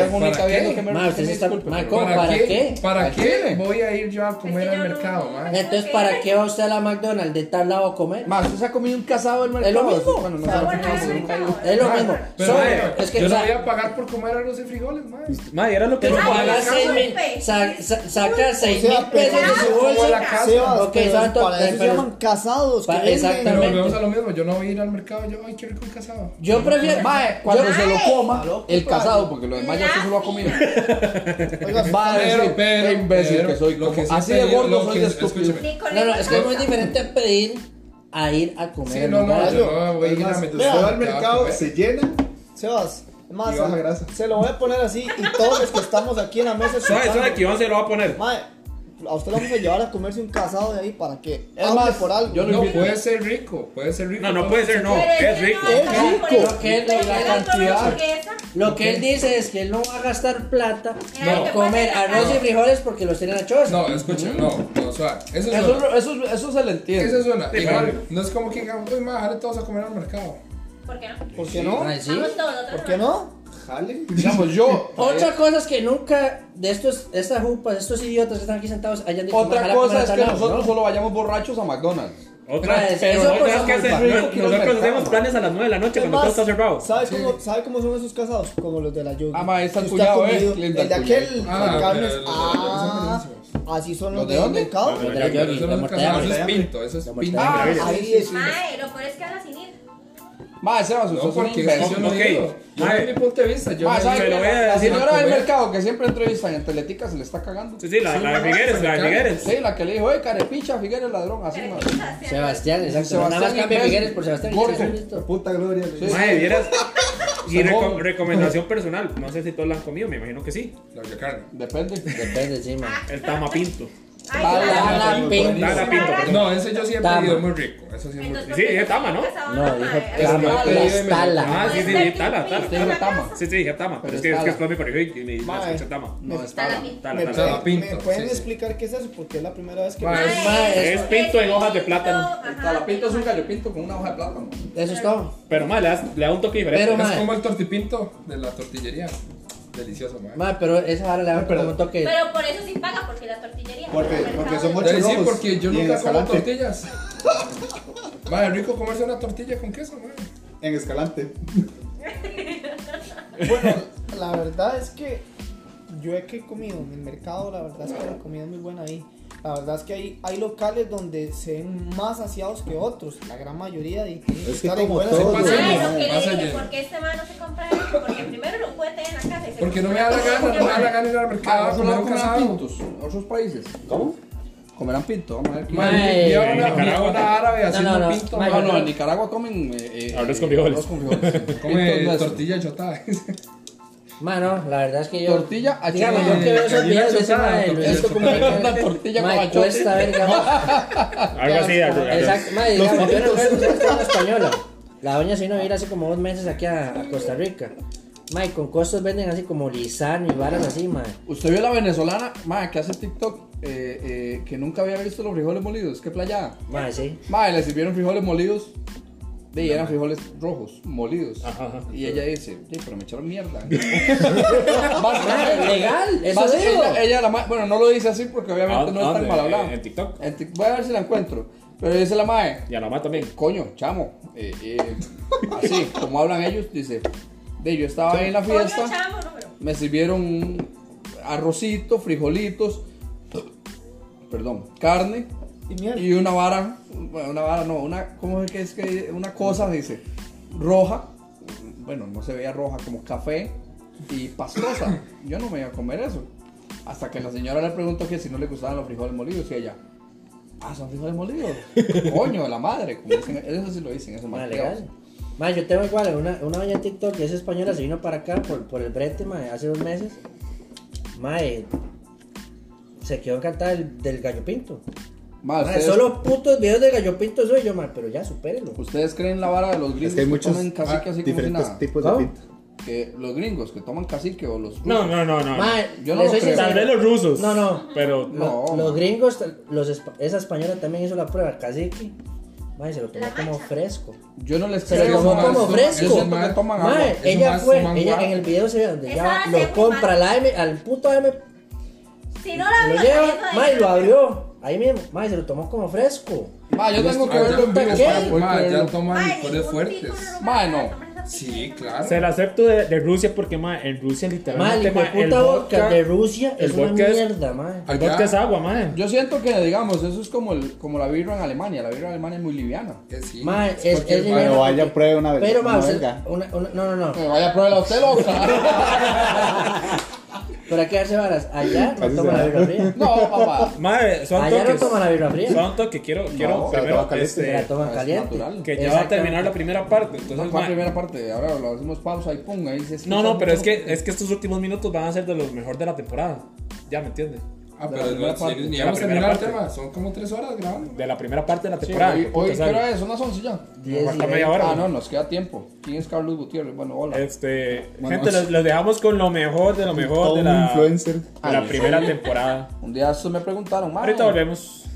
alguna
¿Para qué?
viendo que me
Ma, usted
me
sí está-
disculpe,
ma,
pero-
¿cómo? ¿Para qué?
¿Para
¿Para
qué
qué?
voy a ir yo a comer
Es que
al
yo no-
mercado, man?
Entonces, ¿para qué va usted a la McDonald's de tal lado a comer?
Ma, usted se ha comido un casado del mercado.
Es lo mismo.
Bueno, no
O sea,
se lo
Bueno,
comido,
era
pero
el
nunca he ido.
mercado.
Es lo mismo.
Pero,
Son-
bueno,
es que,
yo
o
no
sea,
voy a pagar por comer arroz y frijoles, man.
Ma, era lo que
Te
no
paga
pagas.
seis mil,
güey.
sa- sa- saca seis
sea,
mil pesos de su
pero-
bolsa.
como la casa.
Sebas,
Ok,
pero
santo,
para eso
pero-
se llaman casados.
Pa-
que venden.
Pero
exactamente.
volvemos a lo mismo. Yo no voy a ir al mercado. Yo, ay, qué rico un casado.
Yo prefiero.
Mae, cuando
yo-
se lo
Está
coma,
loco,
el
padre.
casado, porque lo demás ya usted se lo ha comido.
Oiga,
Va a
Pero,
decir,
pero,
"Qué imbécil
pero,
que soy.
lo
como-
que sí
así
te
de
digo,
gordo
lo
soy
que-
de estúpido.
escúcheme.
No, no, es que es muy diferente a pedir a ir a comer.
Sí, no, no,
¿verdad?
yo no voy a ir a
Además,
meter.
usted va al
a
mercado,
comer.
se llena.
Sebas, es más,
Y baja grasa.
se lo voy a poner así y todos los que estamos aquí en la mesa.
Suave,
escuchando,
suave, que Iván se lo va a poner.
Mae, a usted lo vamos a llevar a comerse un casado de ahí para que
Es
hable
más,
por algo.
yo lo
No,
invito.
puede ser rico, puede ser rico.
No, no puede ser, no.
Pero
Es
que
rico.
no,
Es
¿sabes por
rico.
eso?
Que es la
Pero yo no
cantidad.
como hamburguesa.
Lo que él dice es que él no va a gastar plata
No.
por comer arroz y frijoles porque los tienen a chorros.
No, escuche, no, no, suave. Eso es
Eso,
una.
eso, eso se le entiende.
Eso es una.
Sí,
Igual,
pero-
no es como que digamos, uy, ma, jale todos a comer al mercado.
¿Por qué no?
¿Por qué no?
Ay, Ah, sí.
Vamos todos, nosotros
¿Por qué no?
Jale.
Digamos, yo.
Otra cosa es que nunca de estos, estas jupas, estos idiotas que están aquí sentados hayan dicho
Otra
"Ojalá
cosa
comer
es que
tal lado",
nosotros
¿no?
solo vayamos borrachos a McDonald's.
Otra,
Eso
pero
cosa
otra es
muy
que hace-
rico
no-
que los
nosotros
mercados.
hacemos planes a las 9 de la noche
Es
cuando todo
más,
está cerrado.
¿sabe cómo, ¿Sabe cómo son esos casados? Como los de la yoga.
Ah, ma, ahí está el
Que usted ha
cuñado, eh,
comido.
Linda,
El de
el cuñado.
aquel,
Ah,
Juan Carlos.
pero los de la yoga
Ah,
son
así son
¿Los
los
de
del
dónde?
Ah,
mercado.
Los de la
Pero
Yogi,
eso
la
no es
muerte de
casado,
hambre.
eso es pinto, eso es
La
pinto.
mortadela.
Ah,
Ahí es.
Mae, lo peor es que a la sin ir.
Mae, Sebas, usted
No,
es un
porque yo
imbécil.
no
Ok.
digo. Yo
Ay.
doy mi punto de vista. Yo
Mae,
no
Ah, ¿sabe
se
qué?
lo voy a
La
decir a
señora del
comer.
mercado que siempre entrevistan en Teletica se le está cagando.
Sí, sí, la, la de Figueres,
pues,
la de Figueres.
Sí, la que le dijo, eh, carepicha, Figueres ladrón, así no.
Sebastián, exacto.
Sebastián
Nada más cambia
Imbécil.
Figueres por Sebastián. y ya
Gordo.
está listo.
Puta gloria. le digo.
Mae, vieras.
Y reco- recomendación personal, no sé si todos la han comido, me imagino que sí.
Los de carne.
Depende.
Depende, sí, man.
El tamapinto.
No, ese yo siempre he
Tama.
pedido muy rico. Eso sí es muy rico.
Sí, dije tama, ¿no?
No, dijo
Es que
tama,
yo pedí de
las tala.
Ah, sí, sí, dije tala, tala.
Usted dijo tama.
Sí, sí, dije tama, pero es que
Pero
es que
es
después me corrigió y me dijo
Mae.
tama.
No, es
Tala.
para.
Tala,
¿Me,
tala.
tala,
pueden-
pinto,
¿Me pueden
sí, sí.
explicar qué es eso? Porque es la primera vez que...
Mae.
Es pinto en hojas de plátano.
El talapinto es un gallo pinto con una hoja de plátano.
Ah,
Eso es todo.
Pero más, le das- le da un toque diferente.
Pero,
Es
mae,
como el tortipinto de la tortillería. Delicioso, man.
mae, pero esa ahora le da como un toque.
Pero por eso sí paga, porque las tortillerías.
Porque-
en el
porque
mercado
son
de-
muchos-
Dale, sí,
rojos
porque yo
y
nunca como
escalante.
tortillas. Madre, rico comerse una tortilla con queso, madre.
En Escalante.
Bueno, la verdad es que yo he que he comido en el mercado, la verdad es que la comida es muy buena ahí. La verdad es que hay, hay locales donde se ven más saciados que otros, la gran mayoría. Y tienen
Es que
estar en
como
buenas
todo,
Ah,
condiciones.
Pásale,
lo que le
pásale.
dije, porque este man no se compra eso, porque primero lo puede tener en la casa. y segundo,
Porque no me da la gana, no me da la gana ir al mercado a
Cada
comer
lado
un
comerán
casado.
pintos. En otros países. ¿Cómo? Comerán pinto. Vamos a ver.
Mae.
Madre, lleva
En
una,
Nicaragua.
lleva una árabe haciendo
no, no,
pinto,
mae,
No,
madre.
no, en Nicaragua comen. Eh, eh,
Arroz con frijoles.
arroz con frijoles. Pintos
Come
nuestros.
Eh, tortilla chotada.
Mano, la verdad es que yo.
Tortilla a
Digamos,
chile.
yo que veo esos
Gallina
videos de ese
chotada,
mae,
tortilla
Luisito Comunica.
Una tortilla con
Mae,
achote.
cuesta ver, digamos.
Algo así, algo- algo-
Exacto, mae, digamos, yo no veo en española. La doña se vino a vivir hace como dos meses aquí a, a Costa Rica. Mae, con costos venden así como lisano y varas así, mae.
Usted vio la venezolana, madre, que hace TikTok, eh, eh, que nunca había visto los frijoles molidos. Qué playada.
Mae, sí.
Madre, le sirvieron frijoles molidos. Y eran frijoles rojos, molidos. Y ella dice, "Sí, pero me echaron mierda.
Mae,
Básicamente,
legal, eso
básicamente,
digo.
Ella, ella la ma- bueno, no lo dice así porque obviamente no es
Ah, ¿Dónde?
tan mal hablado.
eh, ¿En TikTok?
En Tik- voy a ver si la encuentro. Pero dice la madre,
Y a la mamá también.
coño, chamo, eh, eh, así como hablan ellos, dice, de yo estaba ahí en la
Coño,
fiesta,
chamo, no, pero-
me sirvieron un arrocito, frijolitos, perdón, carne
Y mierda.
y una vara, bueno, una vara no, una, ¿cómo es que es que una cosa dice? Roja, bueno, no se veía roja, como café y pastosa. Yo no me iba a comer eso. Hasta que la señora le preguntó que si no le gustaban los frijoles molidos y ella, ah, son frijoles molidos. Coño, de la madre. Como dicen, eso sí lo dicen, eso es
Mae,
más
legal. Mae, yo tengo igual, una, una doña en TikTok que es española, se vino para acá por, por el brete, mae, hace dos meses. Mae, se quedó encantada del, del gallo pinto.
Mae,
Mae,
Ah, ustedes-
solo putos videos de gallo pinto soy yo, mae, pero ya, supérelo.
¿Ustedes creen la vara de los gringos
Es que hay muchos ah,
toman cacique así como si
diferentes
nada?
tipos
¿Cómo?
de pinto.
Que los gringos que toman cacique o los...
No, no, no, no.
Mae,
yo no
le
lo
soy
creo.
sincero.
Tal vez los rusos.
No, no.
Pero
No,
Lo- los gringos, los, espa- esa española también hizo la prueba, cacique. Mae, se lo tomó
La
como
mancha.
fresco.
Yo no les
Se lo
creo,
tomó
mae,
como
eso-
fresco.
Yo siento que toman agua.
Mae,
eso
ella
más
fue,
toman
ella
agua.
en el video se ve donde
Esa
ya
hace muy
lo compra
mal.
la M, al puto AM,
Si no la
lo
abro,
lleva,
saliendo de
mae,
ahí,
lo abrió. Ahí mismo, mae, se lo tomó como fresco. este
Mae, yo
Ah,
tengo que verlo en vivo
¿Qué?
para poder
Madre, ya
creerlo.
toman
mae,
licores
ningún
fuertes.
tipo de
Mae,
lugar,
no.
tomen esa
Sí,
pizza,
claro.
se la acepto de, de Rusia porque ma, en Rusia
Mae,
literalmente
el hijo de
ma, el
puta vodka de Rusia
el
es una
vodka es-
mierda, mae.
el vodka es agua, mae.
Yo siento que, digamos, eso es como, el, como la birra en Alemania. La birra en Alemania es muy liviana.
Que sí.
Mae, es, es
cualquier-
mierda
Pero vaya,
porque-
pruebe
Ah,
una verga,
Pero, mae,
una
usted-
verga.
una- una- no, no, no.
Me vaya a probar la usted, loca.
Pero hay que darse varas. Allá no
Así
toma la
se va.
birra fría.
No, papá.
Mae, son
Allá no
toques.
toma la birra fría.
Son toques, quiero, quiero
se la
primero
toma caliente.
este,
Se la toman
Es
caliente.
natural.
que ya va a terminar
Exactamente.
la primera parte.
No,
Entonces,
fue
ma,
la primera parte. Ahora lo hacemos pausa y pum, ahí se escucha
no, no, pero es
mucho.
que, es que estos últimos minutos van a ser de los mejores de la temporada. Ya me entiendes.
Ah,
de la
pero
primera
no,
parte.
sí, ni
De la
vamos a terminar el
primera
tema. Son como tres horas grabando.
De la primera parte de la
Sí,
temporada.
hoy,
hijo puta,
hoy
sale.
pero es, son las 11 ya.
Diez
falta
y
media
veinte.
hora.
Ah, no, nos queda tiempo. ¿Quién es Carlos Gutiérrez? Bueno, hola.
Este,
Bueno,
gente, los, los dejamos con lo mejor de lo mejor
Todo
de
un
la,
influencer.
Ah,
de la primera temporada.
Un día estos me preguntaron, "Mae,
Ahorita volvemos.